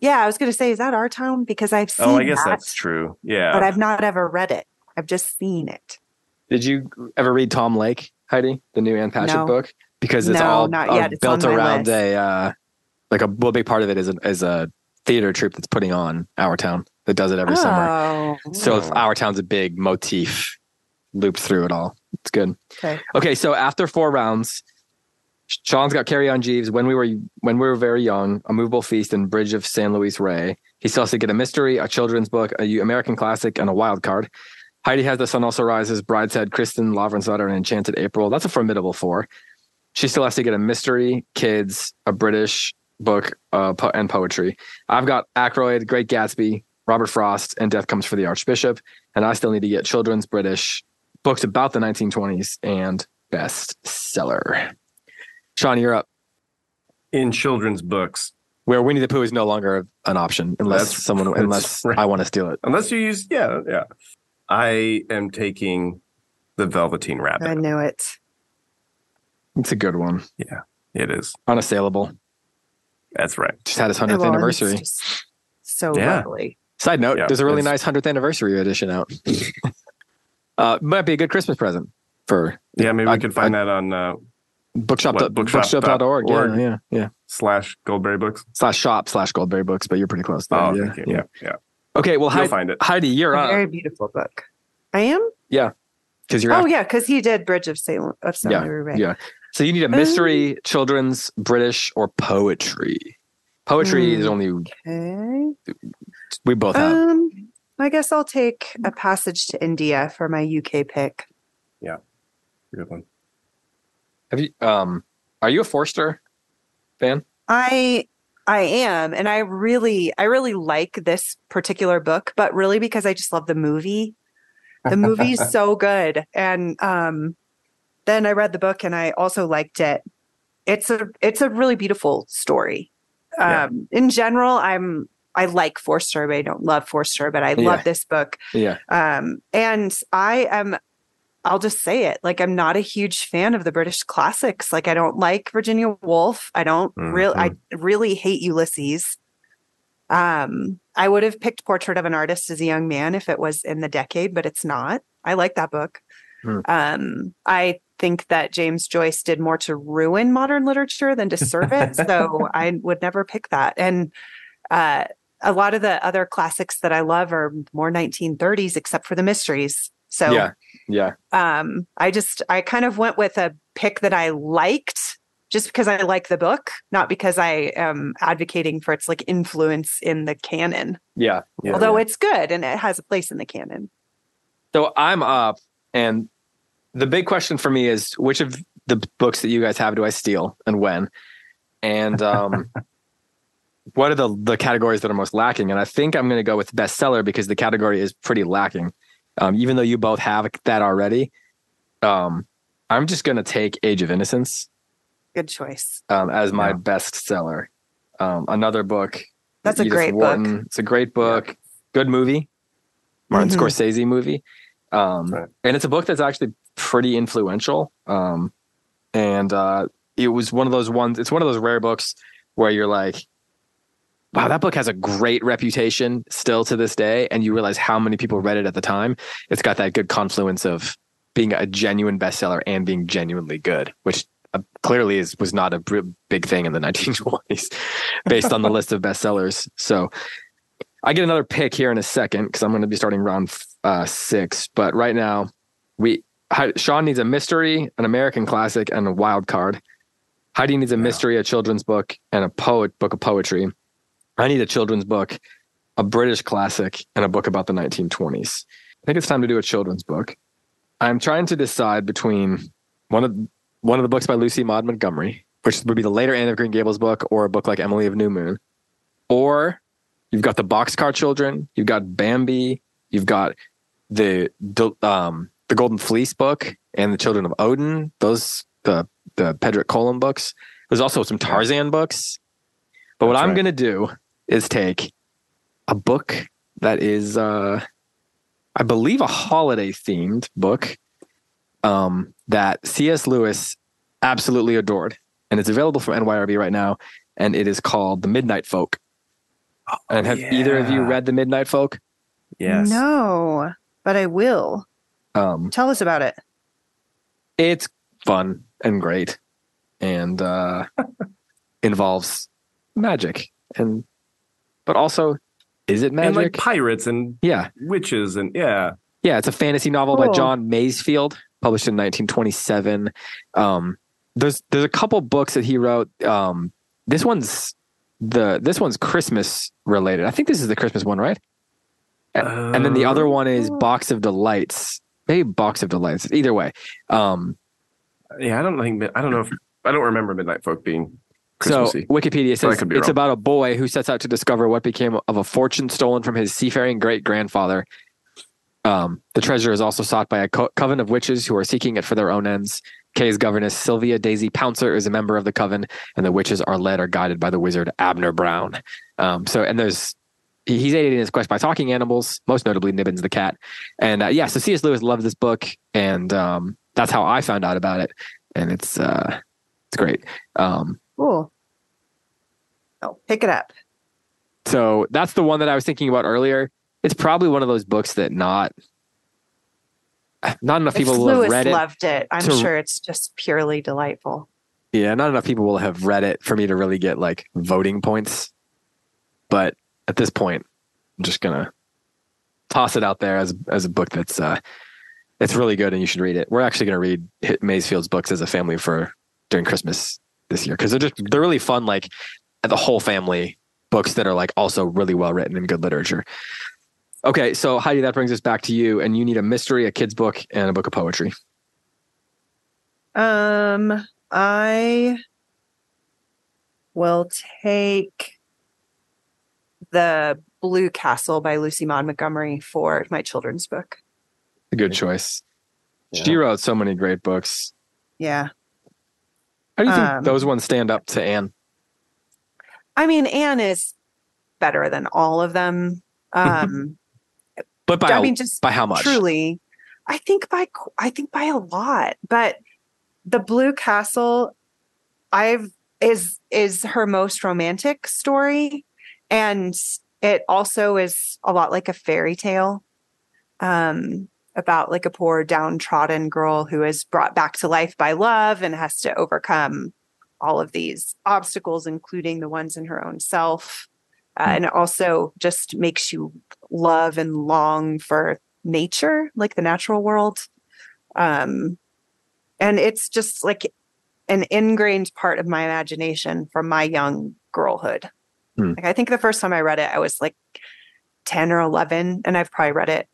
Yeah, I was going to say, is that our town? Because I've seen Oh, I guess that, that's true. but Yeah. I've not ever read it. I've just seen it. Did you ever read Tom Lake, Heidi, the new Anne Patchett No. book? Because it's No, all not uh, yet. It's built on my around list. a uh, like a well, big part of it is a, is a theater troupe that's putting on Our Town that does it every summer. Oh. So Oh. Our Town's a big motif looped through it all. It's good. okay. Okay, so after four rounds, Sean's got Carry On Jeeves. When we were when we were very young, A Movable Feast and Bridge of San Luis Rey. He still has to get a mystery, a children's book, a U- American classic, and a wild card. Heidi has The Sun Also Rises, Brideshead, Kristen, Lavrin's Daughter, and Enchanted April. That's a formidable four. She still has to get a mystery, kids, a British book, uh, po- and poetry. I've got Ackroyd, Great Gatsby, Robert Frost, and Death Comes for the Archbishop. And I still need to get children's British books about the 1920s and bestseller. Sean, you're up. In children's books, Where Winnie the Pooh is no longer an option unless That's- someone that's unless right. I want to steal it. unless you use, yeah, yeah. I am taking The Velveteen uh, I Rabbit. knew it. It's a good one. It is. Unassailable. That's right. Just had his 100th Oh, Well, and it's anniversary. just So Yeah. lovely. Side note, Yeah, there's a really nice it's- 100th anniversary edition out. uh, might be a good Christmas present for Yeah, maybe we I- could find that on uh, bookshop. What, bookshop bookshop.org. dot org? Yeah, yeah, yeah. slash Goldberry Books. Slash shop slash Goldberry Books, but you're pretty close. There. Oh, yeah, thank you. Yeah, yeah. Okay, well, You'll Heidi, find it. Heidi, you're A up very beautiful book. I am? because you're Oh, up. yeah, because he did Bridge of Salem. Of Salem Yeah, you're right. yeah. So you need a mystery, um, children's, British, or poetry. Poetry Hmm. is only Okay. we both have. Um, I guess I'll take A Passage to India for my UK pick. Good one. have you? Um, are you a Forster fan? I I am and I really I really like this particular book but really because I just love the movie. The movie is so good and um then I read the book and I also liked it. It's a it's a really beautiful story. Yeah. Um in general I'm I like Forster but I don't love Forster but I love Yeah. this book Yeah, um, and I am, I'll just say it, like I'm not a huge fan of the British classics. Like I Mm-hmm. don't like Virginia Woolf. I don't real I really hate Ulysses. Um, I would have picked Portrait of an Artist as a Young Man if it was in the decade, but it's not. I like that book. Hmm. Um, I think that James Joyce did more to ruin modern literature than to serve it. so I would never pick that. And uh, a lot of the other classics that I love are more 1930s, except for the mysteries. So yeah, yeah. um, I just I kind of went with a pick that I liked just because I like the book, not because I am advocating for its like influence in the canon. Yeah. Yeah, Although it's good and it has a place in the canon. So I'm up, and the big question for me is which of the books that you guys have do I steal and when? And um, what are the, the categories that are most lacking? And I think I'm going to go with bestseller because the category is pretty lacking. Um, even though you both have that already, um, I'm just going to take Age of Innocence Good choice. um, as my Yeah. bestseller. Um, another book. That's a Edith great book. Wharton. It's a great book. Good movie. Martin Mhm. Scorsese movie. Um, Right. And it's a book that's actually pretty influential. Um, and uh, it was one of those ones, it's one of those rare books where you're like, wow, that book has a great reputation still to this day. And you realize how many people read it at the time. It's got that good confluence of being a genuine bestseller and being genuinely good, which uh, clearly is was not a br- big thing in the 1920s based on the list of bestsellers. So I get another pick here in a second because I'm going to be starting round f- uh, six. But right now, we Hi- Sean needs a mystery, an American classic, and a wild card. Heidi needs a Yeah. mystery, a children's book, and a poet book of poetry. I need a children's book, a British classic, and a book about the 1920s. I think it's time to do a children's book. I'm trying to decide between one of one of the books by Lucy Maud Montgomery, which would be the later Anne of Green Gables book, or a book like Emily of New Moon, or you've got the Boxcar Children, you've got Bambi, you've got the the, um, the Golden Fleece book and the Children of Odin. Those the the Pedrick Colum books. There's also some Tarzan books. But what That's I'm right. gonna do is take a book that is, uh, I believe, a holiday themed book um, that C.S. Lewis absolutely adored, and it's available from NYRB right now, and it is called The Midnight Folk. and have either of you Oh, yeah. read The Midnight Folk? Yes. No, but I will. Um, Tell us about it. it's fun and great, and uh, involves magic, and but also, is it And magic? like pirates and yeah, witches and yeah. Yeah, it's a fantasy novel by Cool. John Masefield, published in 1927. Um, there's there's a couple books that he wrote. Um, this one's the this one's Christmas related. I think this is the Christmas one, right? A- and then Uh, the other one is Box of Delights. Maybe Box of Delights. Either way, um, Yeah, I don't think I don't know if I don't remember Midnight Folk being Christmassy. So Wikipedia So I says could be it's wrong. about a boy who sets out to discover what became of a fortune stolen from his seafaring great grandfather. Um, the treasure is also sought by a co- coven of witches who are seeking it for their own ends. Kay's governess, Sylvia Daisy Pouncer, is a member of the coven, and the witches are led or guided by the wizard Abner Brown. Um, so, and there's he- he's aided in his quest by talking animals, most notably Nibbins the cat. And uh, yeah, so C.S. Lewis loved this book, and um, that's how I found out about it. And it's uh, it's great. Um, Cool. Oh, pick it up. So that's the one that I was thinking about earlier. It's probably one of those books that not not enough people if will Lewis have read it. loved it. I'm to- sure it's just purely delightful. Yeah, not enough people will have read it for me to really get like voting points. But at this point, I'm just gonna toss it out there as as a book that's uh it's really good and you should read it. We're actually gonna read Hit Maysfield's books as a family for during Christmas this year because they're just they're really fun, like the whole family books that are like also really well written and good literature. Okay, so Heidi, that brings us back to you, and you need a mystery, a kid's book, and a book of poetry. Um, I will take the Blue Castle by Lucy Maud Montgomery for my children's book. A good choice. Yeah. She wrote so many great books. Yeah. How do you think Um, those ones stand up to Anne? I mean, Anne is better than all of them. Um, But by I a- mean, just by how much? truly, I think by qu- I think by a lot. But the Blue Castle, I've is is her most romantic story, And it also is a lot like a fairy tale um, about like a poor downtrodden girl who is brought back to life by love and has to overcome all of these obstacles, including the ones in her own self. Uh, Hmm. and it also just makes you love and long for nature, like the natural world. Um, and it's just like an ingrained part of my imagination from my young girlhood. Hmm. Like I think the first time I read it, I was like 10 or 11, and I've probably read it,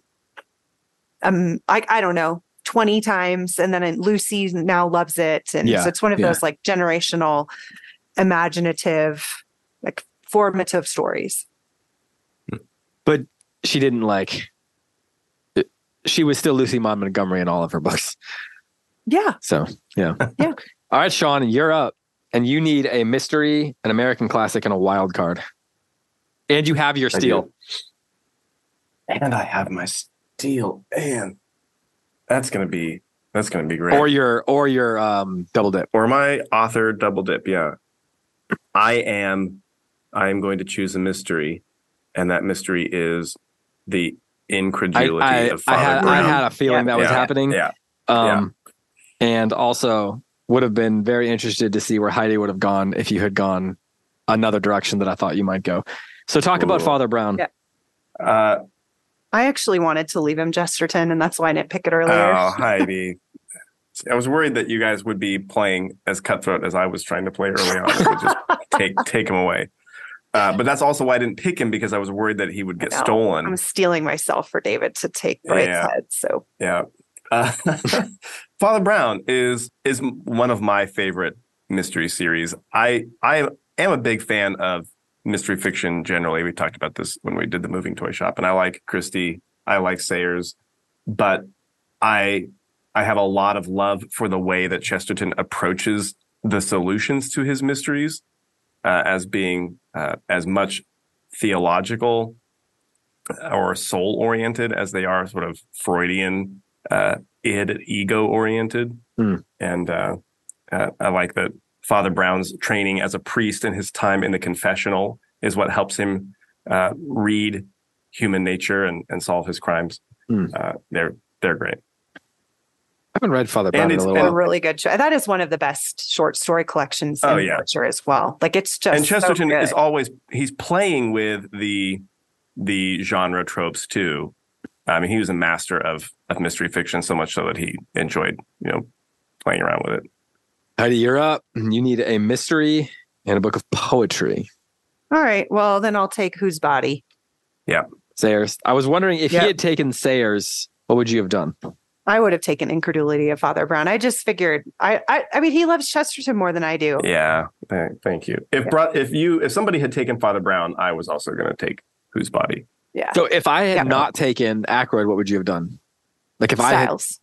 um, I, I don't know, 20 times. And then Lucy now loves it. And Yeah, so it's one of yeah. those like generational, imaginative, like formative stories. She didn't like. uh, She was still Lucy Maud Montgomery in all of her books. Yeah. So yeah, Yeah. All right, Sean, you're up, and you need a mystery, an American classic, and a wild card. And you have your I do. steal. And I have my steel. And that's gonna be that's gonna be great. or your or your um double dip. or my author double dip yeah i am i am going to choose a mystery and that mystery is the I, incredulity I, of I father had I brown had a feeling that was Yeah. happening. yeah Um, and also would have been very interested to see where Heidi would have gone if you had gone another direction that I thought you might go. So talk about Ooh. Father Brown. Yeah. uh, I actually wanted to leave him Jesterton, and that's why I didn't pick it earlier. oh heidi i was worried that you guys would be playing as cutthroat as i was trying to play early on It would just take take him away uh, but that's also why i didn't pick him because i was worried that he would get I know. stolen I'm stealing myself for David to take Bright's Yeah. head. So Yeah. Uh, Father Brown is is one of my favorite mystery series. I I am a big fan of mystery fiction generally. We talked about this when we did the Moving Toy Shop, and I like Christie. I like Sayers, but I I have a lot of love for the way that Chesterton approaches the solutions to his mysteries uh, as being uh, as much theological or soul oriented as they are sort of Freudian uh, id ego oriented. Hmm. And uh, uh, I like that Father Brown's training as a priest and his time in the confessional is what helps him uh, read human nature and, and solve his crimes. Hmm. Uh, they're they're great. I haven't read Father Brown in a it's- little a while. really good show. That is one of the best short story collections Oh, in yeah. literature as well. Like it's just and Chesterton so good. is always he's playing with the the genre tropes too. I mean, he was a master of of mystery fiction so much so that he enjoyed you know playing around with it. Heidi, you're up. You need a mystery and a book of poetry. all right. Well, then I'll take whose body. Sayers. I was wondering if Yeah. he had taken Sayers, what would you have done? I would have taken incredulity of Father Brown. I just figured. I I, I mean, he loves Chesterton more than I do. Yeah, thank, thank you. If bro- if you if somebody had taken Father Brown, I was also going to take whose body. Yeah. So if I had Yeah. not taken Ackroyd, what would you have done? Like if I had Styles.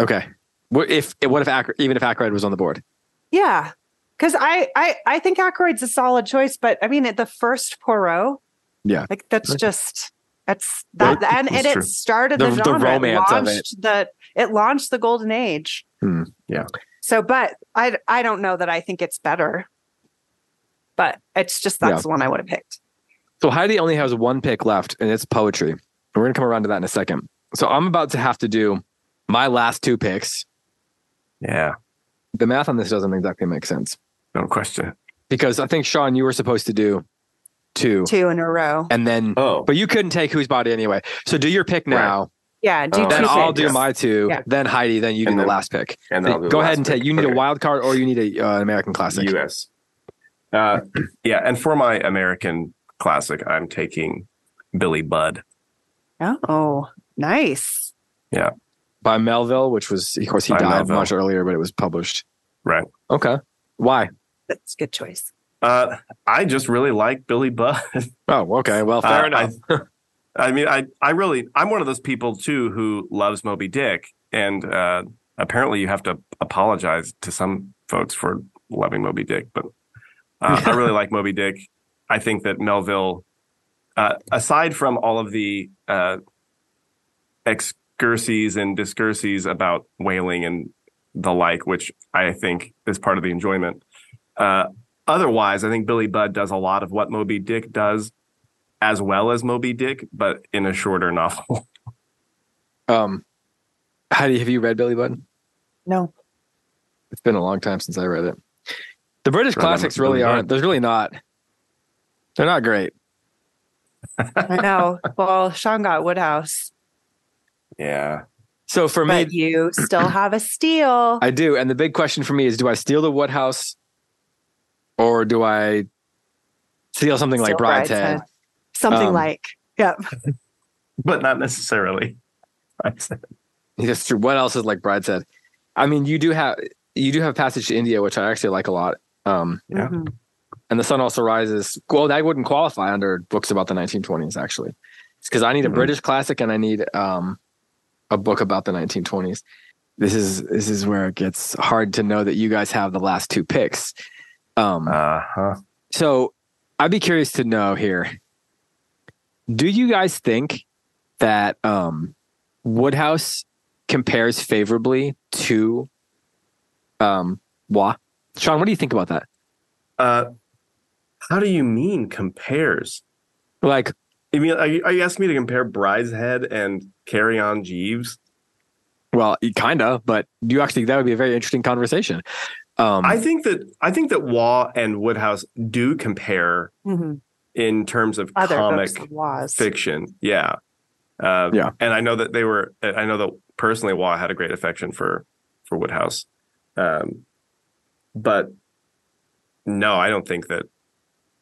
Okay. What if what if Ack, even if Ackroyd was on the board? yeah. Because I, I I think Ackroyd's a solid choice, but I mean, at the first Poirot. Yeah. Like that's just that's Yeah, that and, and that's true. it started The- the, the genre. romance of it it. launched the it launched the golden age. Hmm, yeah. So, but I I don't know that I think it's better, but it's just that's Yeah. the one I would have picked. So Heidi only has one pick left, and it's poetry. And we're gonna come around to that in a second. So I'm about to have to do my last two picks. Yeah, The math on this doesn't exactly make sense no question. because I think Sean, you were supposed to do two, Two in a row. and then, Oh, but you couldn't take whose body anyway. So do your pick now. Yeah, do Oh, two Then Two I'll picks. do my two. Yeah. Then Heidi. Then you do And the then- last pick. and I'll do the Go ahead last and take. pick. You need Okay. a wild card or you need a uh, American classic. U.S. Uh, yeah, and for my American classic, I'm taking Billy Budd. Oh, nice. by Melville, which was, of course, he By died Melville. much earlier, but it was published. Right. Okay. Why? That's a good choice. Uh, I just really like Billy Budd. Oh, okay. Well, fair Uh, enough. I mean, I I really I'm one of those people too who loves Moby Dick, and uh, apparently you have to apologize to some folks for loving Moby Dick, but uh, I really like Moby Dick. I think that Melville, uh, aside from all of the uh, excursies and discursives about whaling and the like, which I think is part of the enjoyment, uh, Otherwise, I think Billy Budd does a lot of what Moby Dick does, as well as Moby Dick, but in a shorter novel. Um, how do you, have you read Billy Budd? No. It's been a long time since I read it. The British Sure, that classics must have really been aren't. good. There's really not. They're not great. I know. Well, Sean got Woodhouse, Yeah. So for me, but you still have a steal. I do. And the big question for me is do I steal the Woodhouse or do I steal something like Still Bride's Bride's Head? Head. Something Um, like, yep. But not necessarily. I said- That's true. What else is like Bride said? I mean, you do have you do have Passage to India, which I actually like a lot. Um, yeah. Mhm. and The Sun Also Rises. Well, that wouldn't qualify under books about the 1920s, actually, because I need a Mhm. British classic and I need um, a book about the 1920s. This is this is where it gets hard to know that you guys have the last two picks. Um, Uh-huh. so I'd be curious to know here. Do you guys think that um, Woodhouse compares favorably to um, Wah? Sean, what do you think about that? Uh How do you mean compares? Like, I mean, are you, are you asking me to compare Bride's Head and Carry On Jeeves? well, kind of, but you actually, that would be a very interesting conversation. Um, I think that I think that Waugh and Woodhouse do compare Mhm. in terms of Other comic books of laws. fiction. Yeah. Uh, Yeah. And I know that they were, I know that personally, Waugh had a great affection for, for Woodhouse. Um, but no, I don't think that,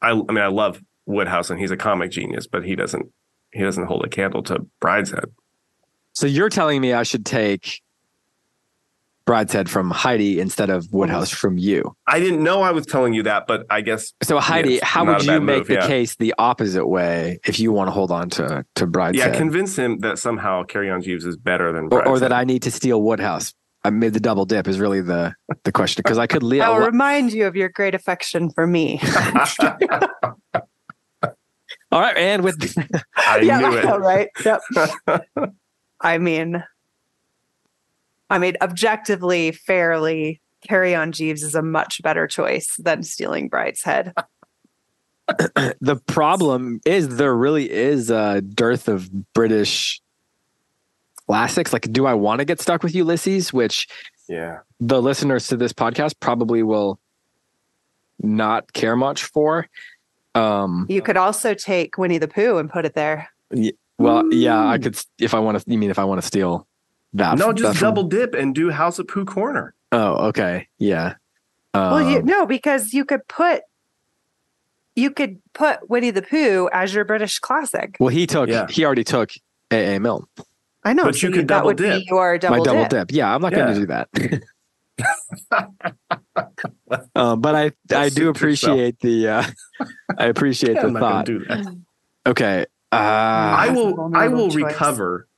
I, I mean, I love Woodhouse and he's a comic genius, but he doesn't, he doesn't hold a candle to Bride's Head. so you're telling me I should take Bride's Head from Heidi instead of Woodhouse from you. I didn't know I was telling you that, but I guess So Heidi, it's how not would a you bad make move, the yeah. case the opposite way if you want to hold on to to Bride's yeah, Head? convince him that somehow Carry On Jeeves is better than or, Bride's or that Head. I need to steal Woodhouse. I made the double dip is really the the question because I could leave. I'll remind you of your great affection for me. All right, and with I yeah, knew I know, it. right? Yep. I mean, I mean, objectively, fairly, Carry On Jeeves is a much better choice than stealing Bride's head. the problem is there really is a dearth of British classics. Like, do I want to get stuck with Ulysses, which Yeah. the listeners to this podcast probably will not care much for? Um, You could also take Winnie the Pooh and put it there. well, yeah, I could s- if I want to. You mean if I want to steal that? No, that just from- double dip and do House of Pooh Corner. Oh, okay, yeah. Um, well, you no, because you could put you could put Winnie the Pooh as your British classic. well, he took. Yeah. He already took. A. A. Milne. I know, But you could that double would be dip. your double, my double dip. dip. Yeah, I'm not going to do that. um, but I I Suit do yourself. appreciate the uh, I appreciate Yeah, the I'm not gonna thought. do that. Okay, uh, I That's a will. I vulnerable will choice. recover.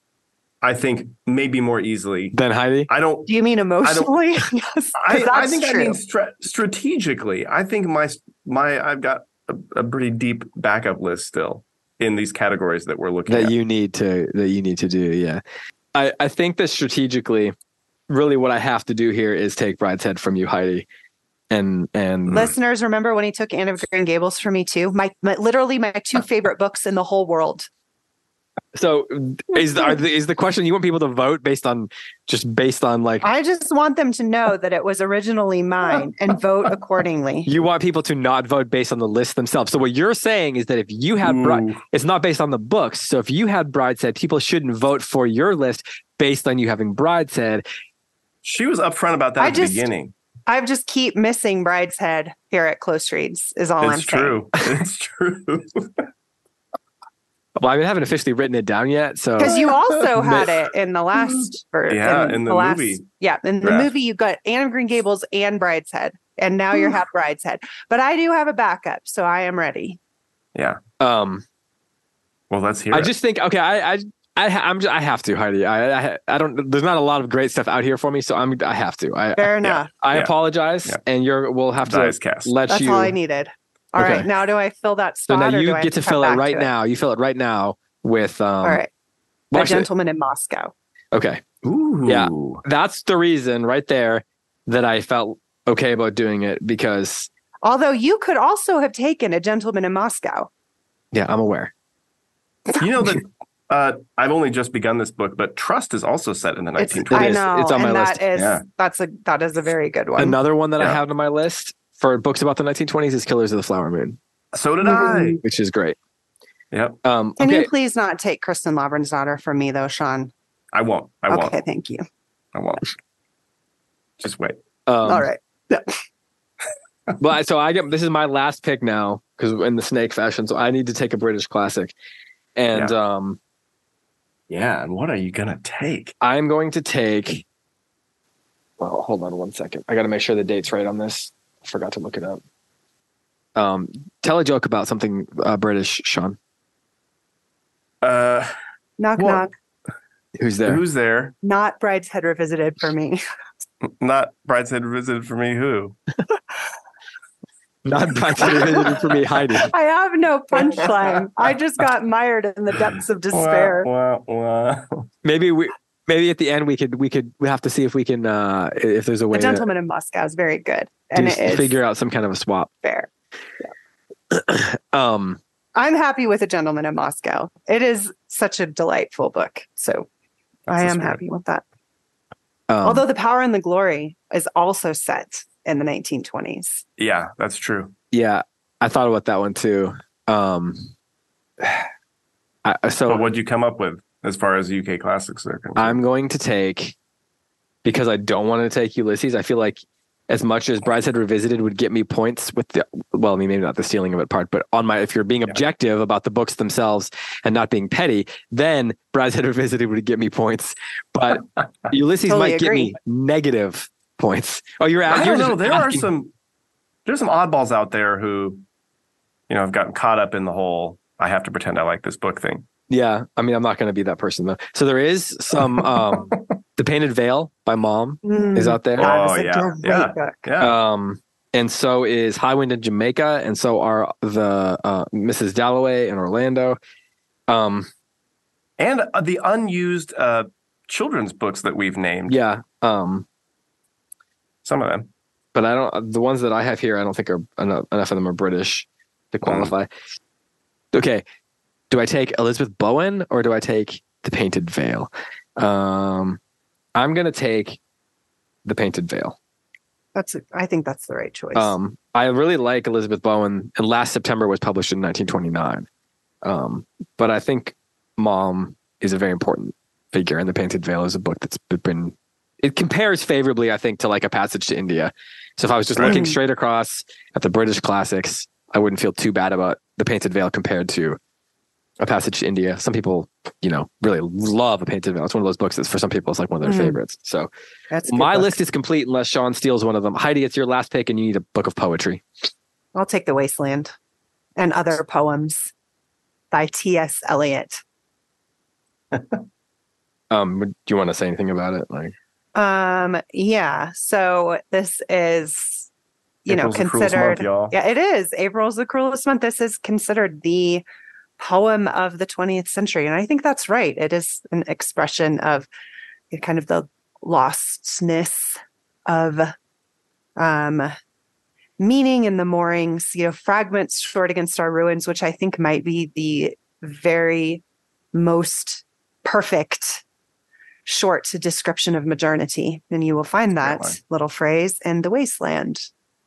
I think maybe more easily. then Heidi. I don't. Do you mean emotionally? yes, 'cause I, I that's think I true. mean stra- strategically. I think my my I've got a, a pretty deep backup list still in these categories that we're looking that at. you need to that you need to do. Yeah, I I think that strategically, really, what I have to do here is take Bride's head from you, Heidi, and hmm. and Listeners, remember when he took Anne of Green Gables for me too? My, my literally my two favorite books in the whole world. so is the, are the is the question you want people to vote based on just based on like I just want them to know that it was originally mine and vote accordingly. You want people to not vote based on the list themselves. So what you're saying is that if you Hmm. had Bride, Ooh, it's not based on the books. So if you had Bride said, people shouldn't vote for your list based on you having Bride said. she was upfront about that I at the just- beginning. I just keep missing Bride's Head here at Close Reads is all Oh, I'm it's true. It's true. Well, I mean, I haven't officially written it down yet. So Because you also But- had it in the Mm-hmm. last version. Yeah, in the movie Yeah, in the draft. movie you got Anne of Green Gables and Bride's Head. And now you have Bride's Head. But I do have a backup, so I am ready. um, Well, let's hear. I it. just think, okay, I, I, I, ha- I'm, just, I have to, Heidi. I, I, I don't. There's not a lot of great stuff out here for me, so I'm. I have to. I, Fair enough. I Yeah. apologize, Yeah. and you're. We'll have to Dice cast. let That's you. all I needed. All right, Okay. now do I fill that so spot? now or do you I get to have come fill it back right to now. You fill it right now with. Um, All right, well, a actually- gentleman in Moscow. okay. Ooh. Yeah. that's the reason right there that I felt okay about doing it because Although you could also have taken a gentleman in Moscow. Yeah, I'm aware. You know that uh, I've only just begun this book, but Trust is also set in the 1920s. It's, I is. know, It's on my and list. that is Yeah. that's a that is a very good one. Another one that I Yeah. have on my list for books about the 1920s is Killers of the Flower Moon, So did Mhm. which is great. Yep. Um, Can okay, you please not take Kristen Lavrin's daughter from me though, Sean? I. I won't. I okay, won't. thank you. I won't. Just wait. um, All right. Well, I- so I get this is my last pick now because in the snake fashion, so I need to take a British classic, and um, Yeah. And what are you gonna take? I'm going to take. Well, hold on one second. I got to make sure the date's right on this. I forgot to look it up. Um, tell a joke about something uh, British, Sean. Uh, Knock Well- knock. Who's there? who's there? Not Bride's Head Revisited for me. Not brideshead visited for me. Who? Not practically for me, Heidi. I have no punchline. I just got mired in the depths of despair. Wah, wah, wah. Maybe we. Maybe at the end we could we could we have to see if we can uh if there's a way The to Gentleman in Moscow is very good, and do, it is figure out some kind of a swap. fair. Um, I'm happy with A Gentleman in Moscow. It is such a delightful book, so That's I the am spirit. happy with that. um, Although The Power and the Glory is also set in the 1920s. Yeah, that's true. Yeah, I thought about that one too. Um, I, I- But so what'd you come up with as far as UK classics are concerned? I'm going to take because I don't want to take Ulysses. I feel like as much as Brideshead Revisited would get me points with the well, I mean maybe not the stealing of it part, but on my if you're being Yeah. objective about the books themselves and not being petty, then Brideshead Revisited would get me points. But Ulysses Totally might agree. get me negative points. Oh, you're I out. don't know. There are some there's some oddballs out there who, you know, have gotten caught up in the whole I have to pretend I like this book thing. Yeah, I mean, I'm not going to be that person though. So there is some um, the painted veil by Mom Mm. is out there, Hmm. That is Oh, a yeah, great yeah. book. Yeah. um, and so is High Wind in Jamaica, and so are the uh, Mrs. Dalloway in Orlando. Um, and uh, the unused uh children's books that we've named, yeah, um, some of them. but I don't. The ones that I have here, I don't think are enough, enough of them are British to qualify. Okay, do I take Elizabeth Bowen or do I take the Painted Veil? Um, I'm going to take the Painted Veil. That's. A, I think that's the right choice. Um, I really like Elizabeth Bowen, and last September was published in 1929. Um, but I think Mom is a very important figure, and The Painted Veil is a book that's been. It compares favorably, I think, to like a passage to India. So if I was just Right. looking straight across at the British classics, I wouldn't feel too bad about The Painted Veil compared to a passage to India. Some people, you know, really love A Painted Veil. It's one of those books that's for some people, it's like one of their Mhm. favorites. So that's a good my book. list is complete unless Sean steals one of them. Heidi, it's your last pick, and you need a book of poetry. I'll take The Wasteland and Other Poems by T.S. Eliot. Um, would- do you want to say anything about it? Like, Um, yeah, so this is, you April's know, the cruelest considered. month, y'all. yeah, it is. April's the cruelest month. This is considered the poem of the 20th century. And I think that's right. It is an expression of kind of the lostness of um, meaning in the moorings, you know, fragments short against our ruins, which I think might be the very most perfect short description of modernity. And you will find That's a that great little phrase in The Wasteland.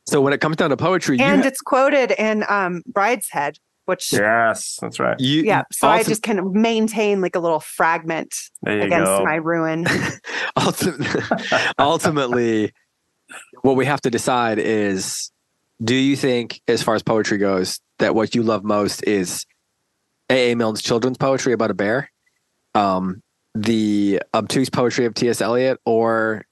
so when it comes down to poetry, And you, it's quoted in um, Bride's Head, which, yeah. Yes, that's right. you, So I ulti- just kind of maintain like a little fragment There you against go. my ruin. ulti- ultimately, what we have to decide is: Do you think, as far as poetry goes, that what you love most is A. A. Milne's children's poetry about a bear, um, the obtuse poetry of T. S. Eliot, or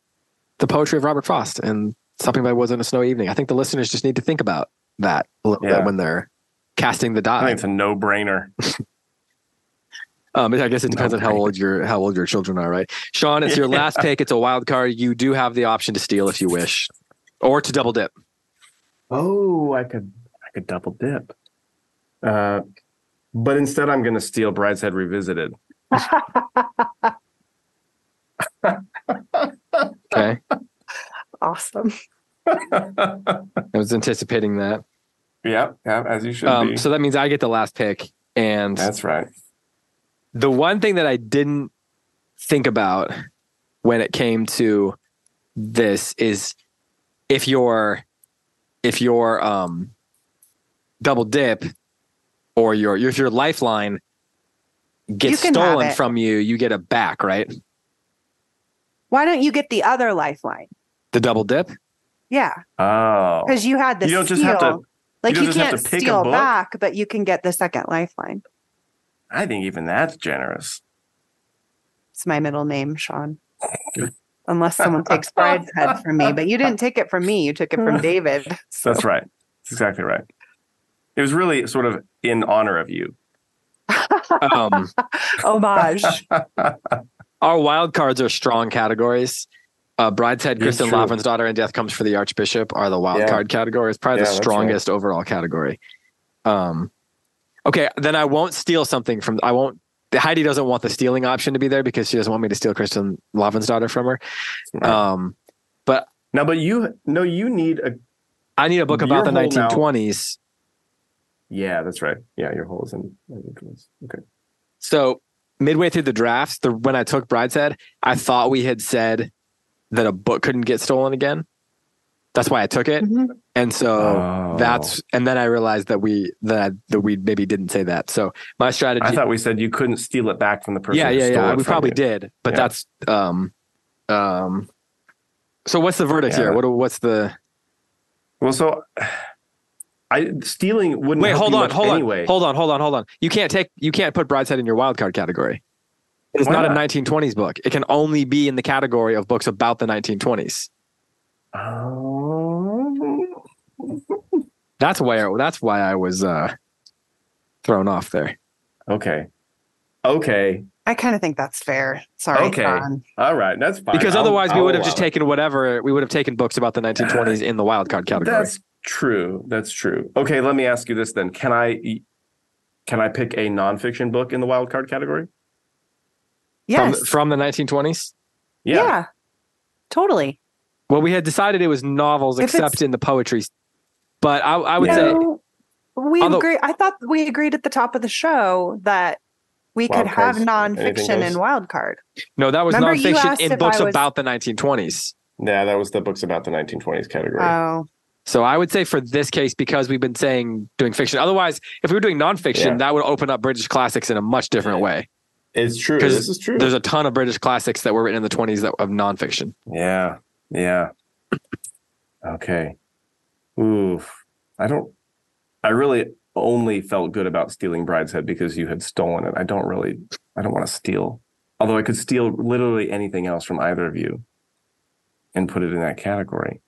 the poetry of Robert Frost and something that was on a snowy evening? I think the listeners just need to think about that a little Yeah. bit when they're casting the die. I think it's a no-brainer. Um, I guess it depends on how Okay. old your how old your children are, right? Sean, it's your Yeah. last pick. It's a wild card. You do have the option to steal if you wish, or to double dip. Oh, I could I could double dip. Uh, but instead, I'm going to steal Brideshead Revisited. Okay, awesome. I was anticipating that. Yeah, yeah, as you should Um, be. so that means I get the last pick. And That's right. the one thing that I didn't think about when it came to this is if your if your um double dip or your if your lifeline gets You can have stolen it. from you, you get it back, right? Why don't you get the other lifeline? The double dip. Yeah, Oh, because you had the You don't steal. just have to- like you don't you, just have can't to pick a steal book? back, but you can get the second lifeline. I think even that's generous. It's my middle name, Sean. Unless someone takes Bride's head from me, but you didn't take it from me. You took it from David. So That's right. That's exactly right. It was really sort of in honor of you. Um, homage. our wild cards are strong categories. Uh, Brideshead, It's Kristen true. Laughlin's daughter, and Death Comes for the Archbishop are the wild Yeah. card category. It's probably Yeah, the that's strongest overall category. Um, okay, then I won't steal something from. I won't. Heidi doesn't want the stealing option to be there because she doesn't want me to steal Kristen Laughlin's daughter from her. Right. Um, no, but you no, you need a I need a book Your about the whole now- 1920s. yeah. That's right. Yeah, your holes and okay. So midway through the drafts, the when I took Brideshead, I thought we had said that a book couldn't get stolen again. That's why I took it, Mhm. and so. Oh, Oh. That's and then I realized that we that that we maybe didn't say that. So my strategy, I thought we said you couldn't steal it back from the person. yeah, who yeah, stole yeah, it we from probably you. did, but Yeah. that's um, um. So what's the verdict Yeah. here? What what's the Well, so I stealing wouldn't wait? help Hold you on, much hold anyway. on, hold on, hold on, hold on. You can't take you can't put Brideshead in your wild card category. It's Why not, not? a 1920s book. It can only be in the category of books about the 1920s. Oh. That's why that's why I was uh thrown off there. okay, okay, I kind of think that's fair. Sorry, Okay. Sean. all right. That's fine. Because I'll- otherwise we I'll would have allow just it. taken whatever we would have taken books about the 1920s in the wild card category. That's true. That's true. Okay, let me ask you this then: Can I can I pick a nonfiction book in the wild card category? Yes. from, from the 1920s. yeah. Totally. Well, we had decided it was novels, If it's- except in the poetry. But I, I would Yeah. say No, we Although- agree. I thought we agreed at the top of the show that we Wild could have cards, anything nonfiction goes? and wild card. no, that was Remember you nonfiction asked in if books I was- about the 1920s. Yeah, that was the books about the 1920s category. Uh, Oh, So I would say for this case, because we've been saying doing fiction. Otherwise, if we were doing nonfiction, Yeah. that would open up British classics in a much different way. it's true. 'cause This is true. There's a ton of British classics that were written in the 20s that of nonfiction. Yeah. Yeah. Okay. Oof. I don't I really only felt good about stealing Bride's Head because you had stolen it. I don't really I don't want to steal. Although I could steal literally anything else from either of you and put it in that category.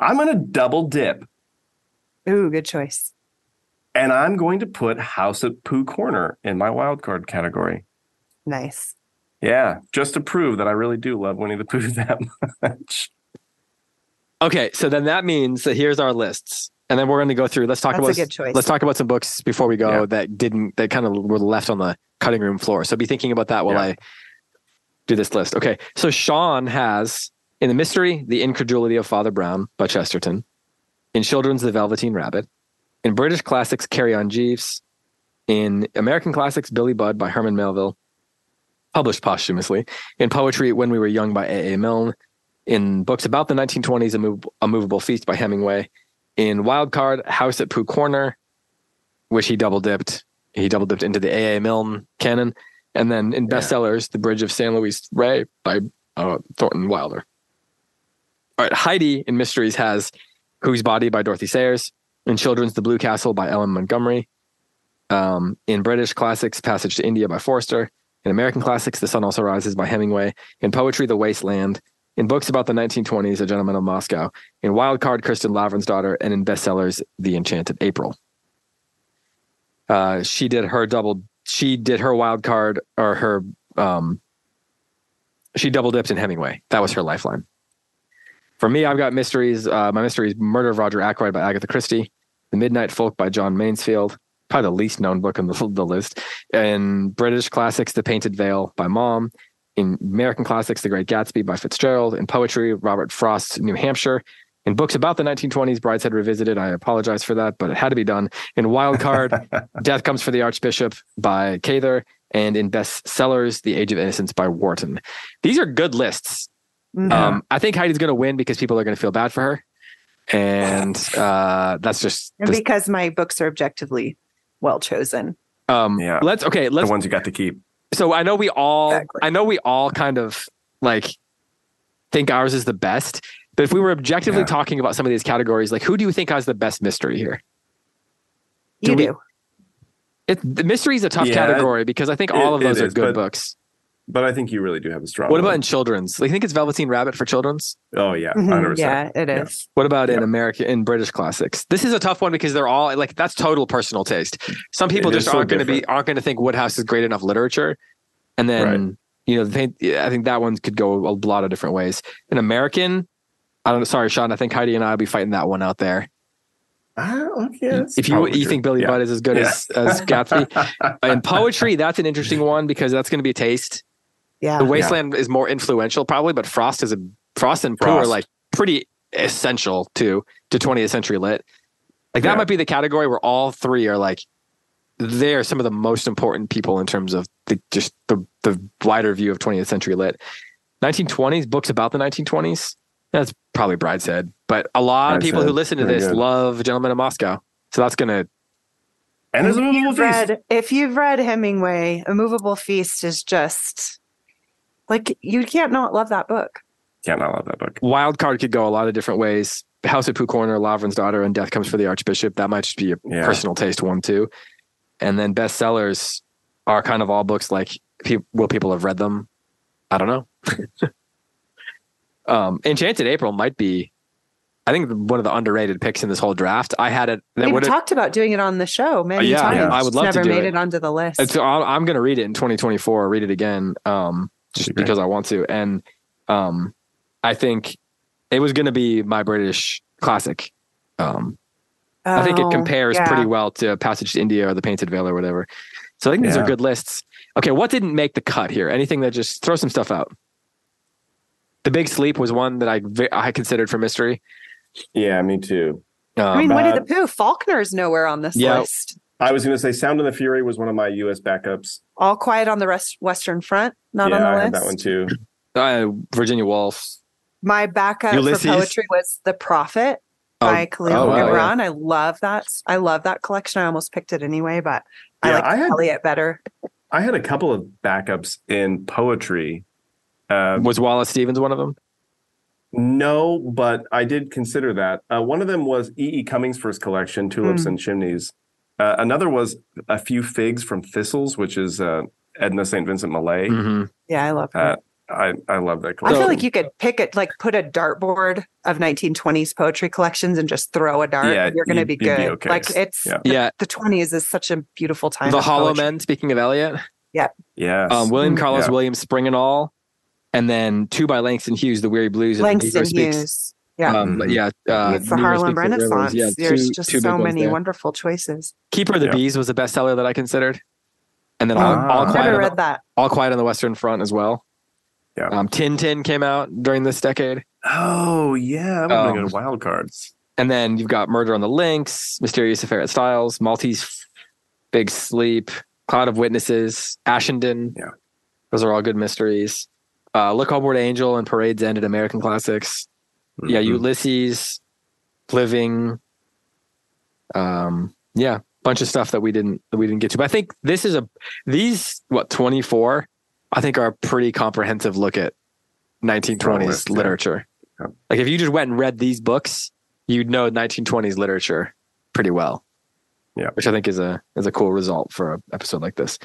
I'm gonna double dip ooh, good choice. and I'm going to put House at Pooh Corner in my wild card category. Nice. Yeah, just to prove that I really do love Winnie the Pooh that much. Okay, so then that means that here's our lists, and then we're going to go through. Let's talk That's about a good choice. Let's talk about some books before we go Yeah. that didn't that kind of were left on the cutting room floor. So be thinking about that while Yeah. I do this list. Okay, so Sean has in the mystery, the incredulity of Father Brown by Chesterton, in children's The Velveteen Rabbit, in British classics Carry On Jeeves, in American classics Billy Budd by Herman Melville, published posthumously, in poetry When We Were Young by A. A. Milne, in books about the 1920s, A, Mov- a Movable Feast by Hemingway, in Wild Card, House at Pooh Corner, which he double dipped. He double dipped into the A.A. Milne canon. And then in Yeah. bestsellers, The Bridge of San Luis Rey by uh, Thornton Wilder. All right, Heidi in Mysteries has Whose Body by Dorothy Sayers, in Children's The Blue Castle by Ellen Montgomery, um, in British Classics Passage to India by Forster, in American Classics The Sun Also Rises by Hemingway, in Poetry The Waste Land, in books about the 1920s A Gentleman of Moscow, in Wild Card Kristen Lavrin's Daughter, and in bestsellers The Enchanted April. Uh, she did her double. She did her wild card or her. Um, she double dipped in Hemingway. That was her lifeline. For me, I've got mysteries. Uh, my mystery is Murder of Roger Ackroyd by Agatha Christie, The Midnight Folk by John Mansfield, probably the least known book on the, the list, and British classics The Painted Veil by Mom, in American classics The Great Gatsby by Fitzgerald, in poetry Robert Frost's New Hampshire, in books about the 1920s, Brideshead Revisited. I apologize for that, but it had to be done. In Wild Card, Death Comes for the Archbishop by Cather, and in bestsellers, The Age of Innocence by Wharton. These are good lists. Mhm. Um, I think Heidi's going to win because people are going to feel bad for her. And uh, that's just, And because my books are objectively well chosen. um, Yeah. let's, okay, the let's ones you got to keep. so I know we all Exactly. I know we all kind of like think ours is the best. But if we were objectively Yeah. talking about some of these categories, like who do you think has the best mystery here? Do You we- do. It, the mystery is a tough Yeah, category because I think all it- of those it are is, good but- books. But I think you really do have a strong. What about one. in children's? Like, I think it's Velveteen Rabbit for children's. Oh yeah, Mhm. 100%. Yeah, it Yeah. is. What about in Yeah. American in British classics? This is a tough one because they're all like that's total personal taste. Some people It is just so aren't going to be aren't going to think Woodhouse is great enough literature, and then you know they, I think that one could go a lot of different ways. In American, I don't. Sorry, Sean. I think Heidi and I will be fighting that one out there. Ah, okay, that's if you probably you true. think Billy yeah. Budd is as good Yeah. as as Gatsby in poetry, that's an interesting one because that's going to be a taste. Yeah. The Wasteland is more influential probably, but Frost is a Frost and Pooh are Frost. like pretty essential to to 20th century lit. Like that Yeah. might be the category where all three are like they're some of the most important people in terms of the just the the wider view of 20th century lit. 1920s books about the 1920s. That's probably Brideshead, but a lot of Brideshead, people who listen to very this good. love Gentlemen of Moscow. So that's gonna and there's a If movable you've feast. read, if you've read Hemingway, A Movable Feast is just like you can't not love that book. Can't not love that book. wild card could go a lot of different ways. House of Pooh Corner, Lavrin's Daughter, and Death Comes for the Archbishop. That might just be a Yeah. personal taste one too. And then bestsellers are kind of all books like pe- will people have read them? I don't know. um, Enchanted April might be, I think, one of the underrated picks in this whole draft. I had it. That We've would talked about doing it on the show many Oh, yeah, times. yeah. I would Just love to never do made it. it. onto the list. it's, I'll- I'm going to read it in 2024. Read it again, um, just That'd be great. because I want to. And um, I think it was going to be my British classic. Um, I think Oh, it compares yeah. pretty well to Passage to India or The Painted Veil or whatever. So I think these Yeah. are good lists. Okay, what didn't make the cut here? Anything that just throw some stuff out. The Big Sleep was one that I ve- I considered for mystery. Yeah, me too. Um, I mean, Um, Winnie uh, the Pooh, Faulkner's nowhere on this Yeah. list. I was going to say Sound and the Fury was one of my US backups. All Quiet on the rest, Western Front, not yeah, on the I list. had that one too. uh, Virginia Woolf. My backup Ulysses. for poetry was The Prophet Oh, by Khalil oh, wow, yeah. Gibran. I love that. I love that collection. I almost picked it anyway, but I Yeah, like I had- Elliot better. I had a couple of backups in poetry. Um, was Wallace Stevens one of them? No, but I did consider that. Uh, one of them was E. E. Cummings' first collection, Tulips Mm. and Chimneys. Uh, another was A Few Figs from Thistles, which is uh, Edna St. Vincent Millay. Mm-hmm. Yeah, I love that. Uh, I, I love that I collection. feel like you could pick it, like put a dartboard of 1920s poetry collections and just throw a dart. Yeah, and you're going to you'd- be you'd be good. okay. Like it's Yeah. Yeah, the 20s is such a beautiful time. The of Hollow poetry. Men. Speaking of Eliot, Yes. um, William Mm. Carlos Mm-hmm. Yeah. Williams, Spring and All, and then two by Langston Hughes, The Weary Blues. and The Langston Negro Speaks. Hughes. Yeah. Um, but yeah, uh, it's the Negro Speaks Harlem and Rivers. Renaissance. Yeah, There's two- just two big so ones many there. wonderful choices. Keeper of the Yeah. Bees was a bestseller that I considered, and then all, Ah. all quiet. Never on the- read that. All Quiet on the Western Front as well. Yeah. Um, Tin Tin came out during this decade, oh, yeah. That would have Um, been good wild cards. and then you've got Murder on the Links, Mysterious Affair at Styles, Maltese Big Sleep, Cloud of Witnesses, Ashenden. Yeah. Those are all good mysteries. Uh, Look Homeward Angel and Parade's End at American Classics. Yeah, Mhm. Ulysses, Living. Um, yeah, bunch of stuff that we didn't that we didn't get to. But I think this is a these what twenty four, I think are a pretty comprehensive look at nineteen twenties List, Oh, yeah. literature. Yeah. Like if you just went and read these books, you'd know nineteen twenties literature pretty well. Yeah. which I think is a is a cool result for an episode like this.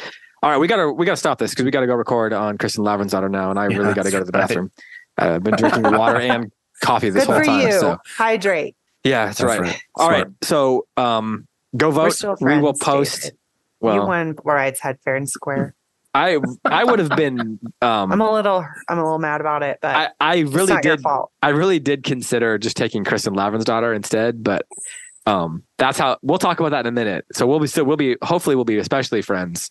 All right, we gotta we gotta stop this because we gotta go record on Kristen Lavrin's daughter now, and I really Yeah, gotta go to that's the right. bathroom. Uh, I've been drinking water and coffee this Good whole for time. you. So Hydrate. yeah, that's, right. All right, Smart. so um, go We're vote. still we will friends, post. David. you Well, won Rides Head Fair and Square. I I would have been. I'm Um, a little, I'm a little mad about it, but I I it's really not your did. fault. I really did consider just taking Kristen Lavrin's daughter instead, but um, that's how we'll talk about that in a minute. So we'll be still we'll be hopefully we'll be especially friends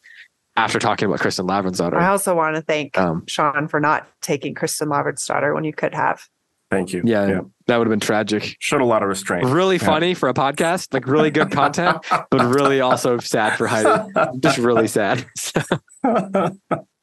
after talking about Kristen Lavrin's daughter. I also want to thank Um, Sean for not taking Kristen Lovett's daughter when you could have. Thank you. Yeah, that would have been tragic. Showed a lot of restraint. Really Yeah. funny for a podcast, like really good content, but really also sad for Heidi. Just really sad.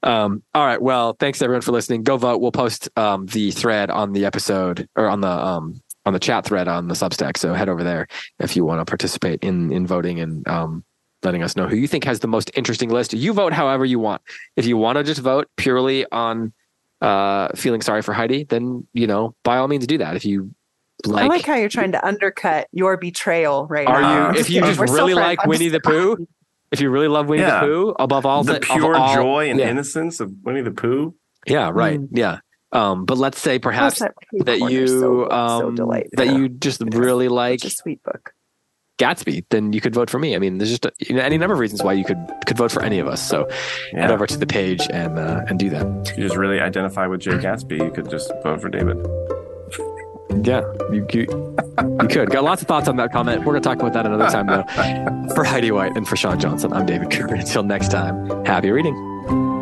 Um, all right. Well, thanks everyone for listening. Go vote. We'll post um, the thread on the episode or on the um, on the chat thread on the Substack. So head over there if you want to participate in in voting and um, letting us know who you think has the most interesting list. You vote however you want. If you want to just vote purely on uh, feeling sorry for Heidi, then you know by all means do that. If you I like, like how you're trying to undercut your betrayal right are now. Uh, you I'm if just you kidding. just We're still really friends. like I'm Winnie the just- Pooh, if you really love Winnie Yeah. the Pooh above all the of pure all- joy and yeah. innocence of Winnie the Pooh. Yeah, right. Mm. Yeah. Um, but let's say perhaps Oh, sweet that corner, you so, so um, delightful. that you just It is. really like Such a sweet book. Gatsby, then you could vote for me. I mean, there's just you know, any number of reasons why you could could vote for any of us. So head Yeah. over to the page and uh, and do that. If you just really identify with Jay Gatsby, you could just vote for David. Yeah, you you, you could. Got lots of thoughts on that comment. We're gonna talk about that another time though. For Heidi White and for Sean Johnson, I'm David Cooper. Until next time, happy reading.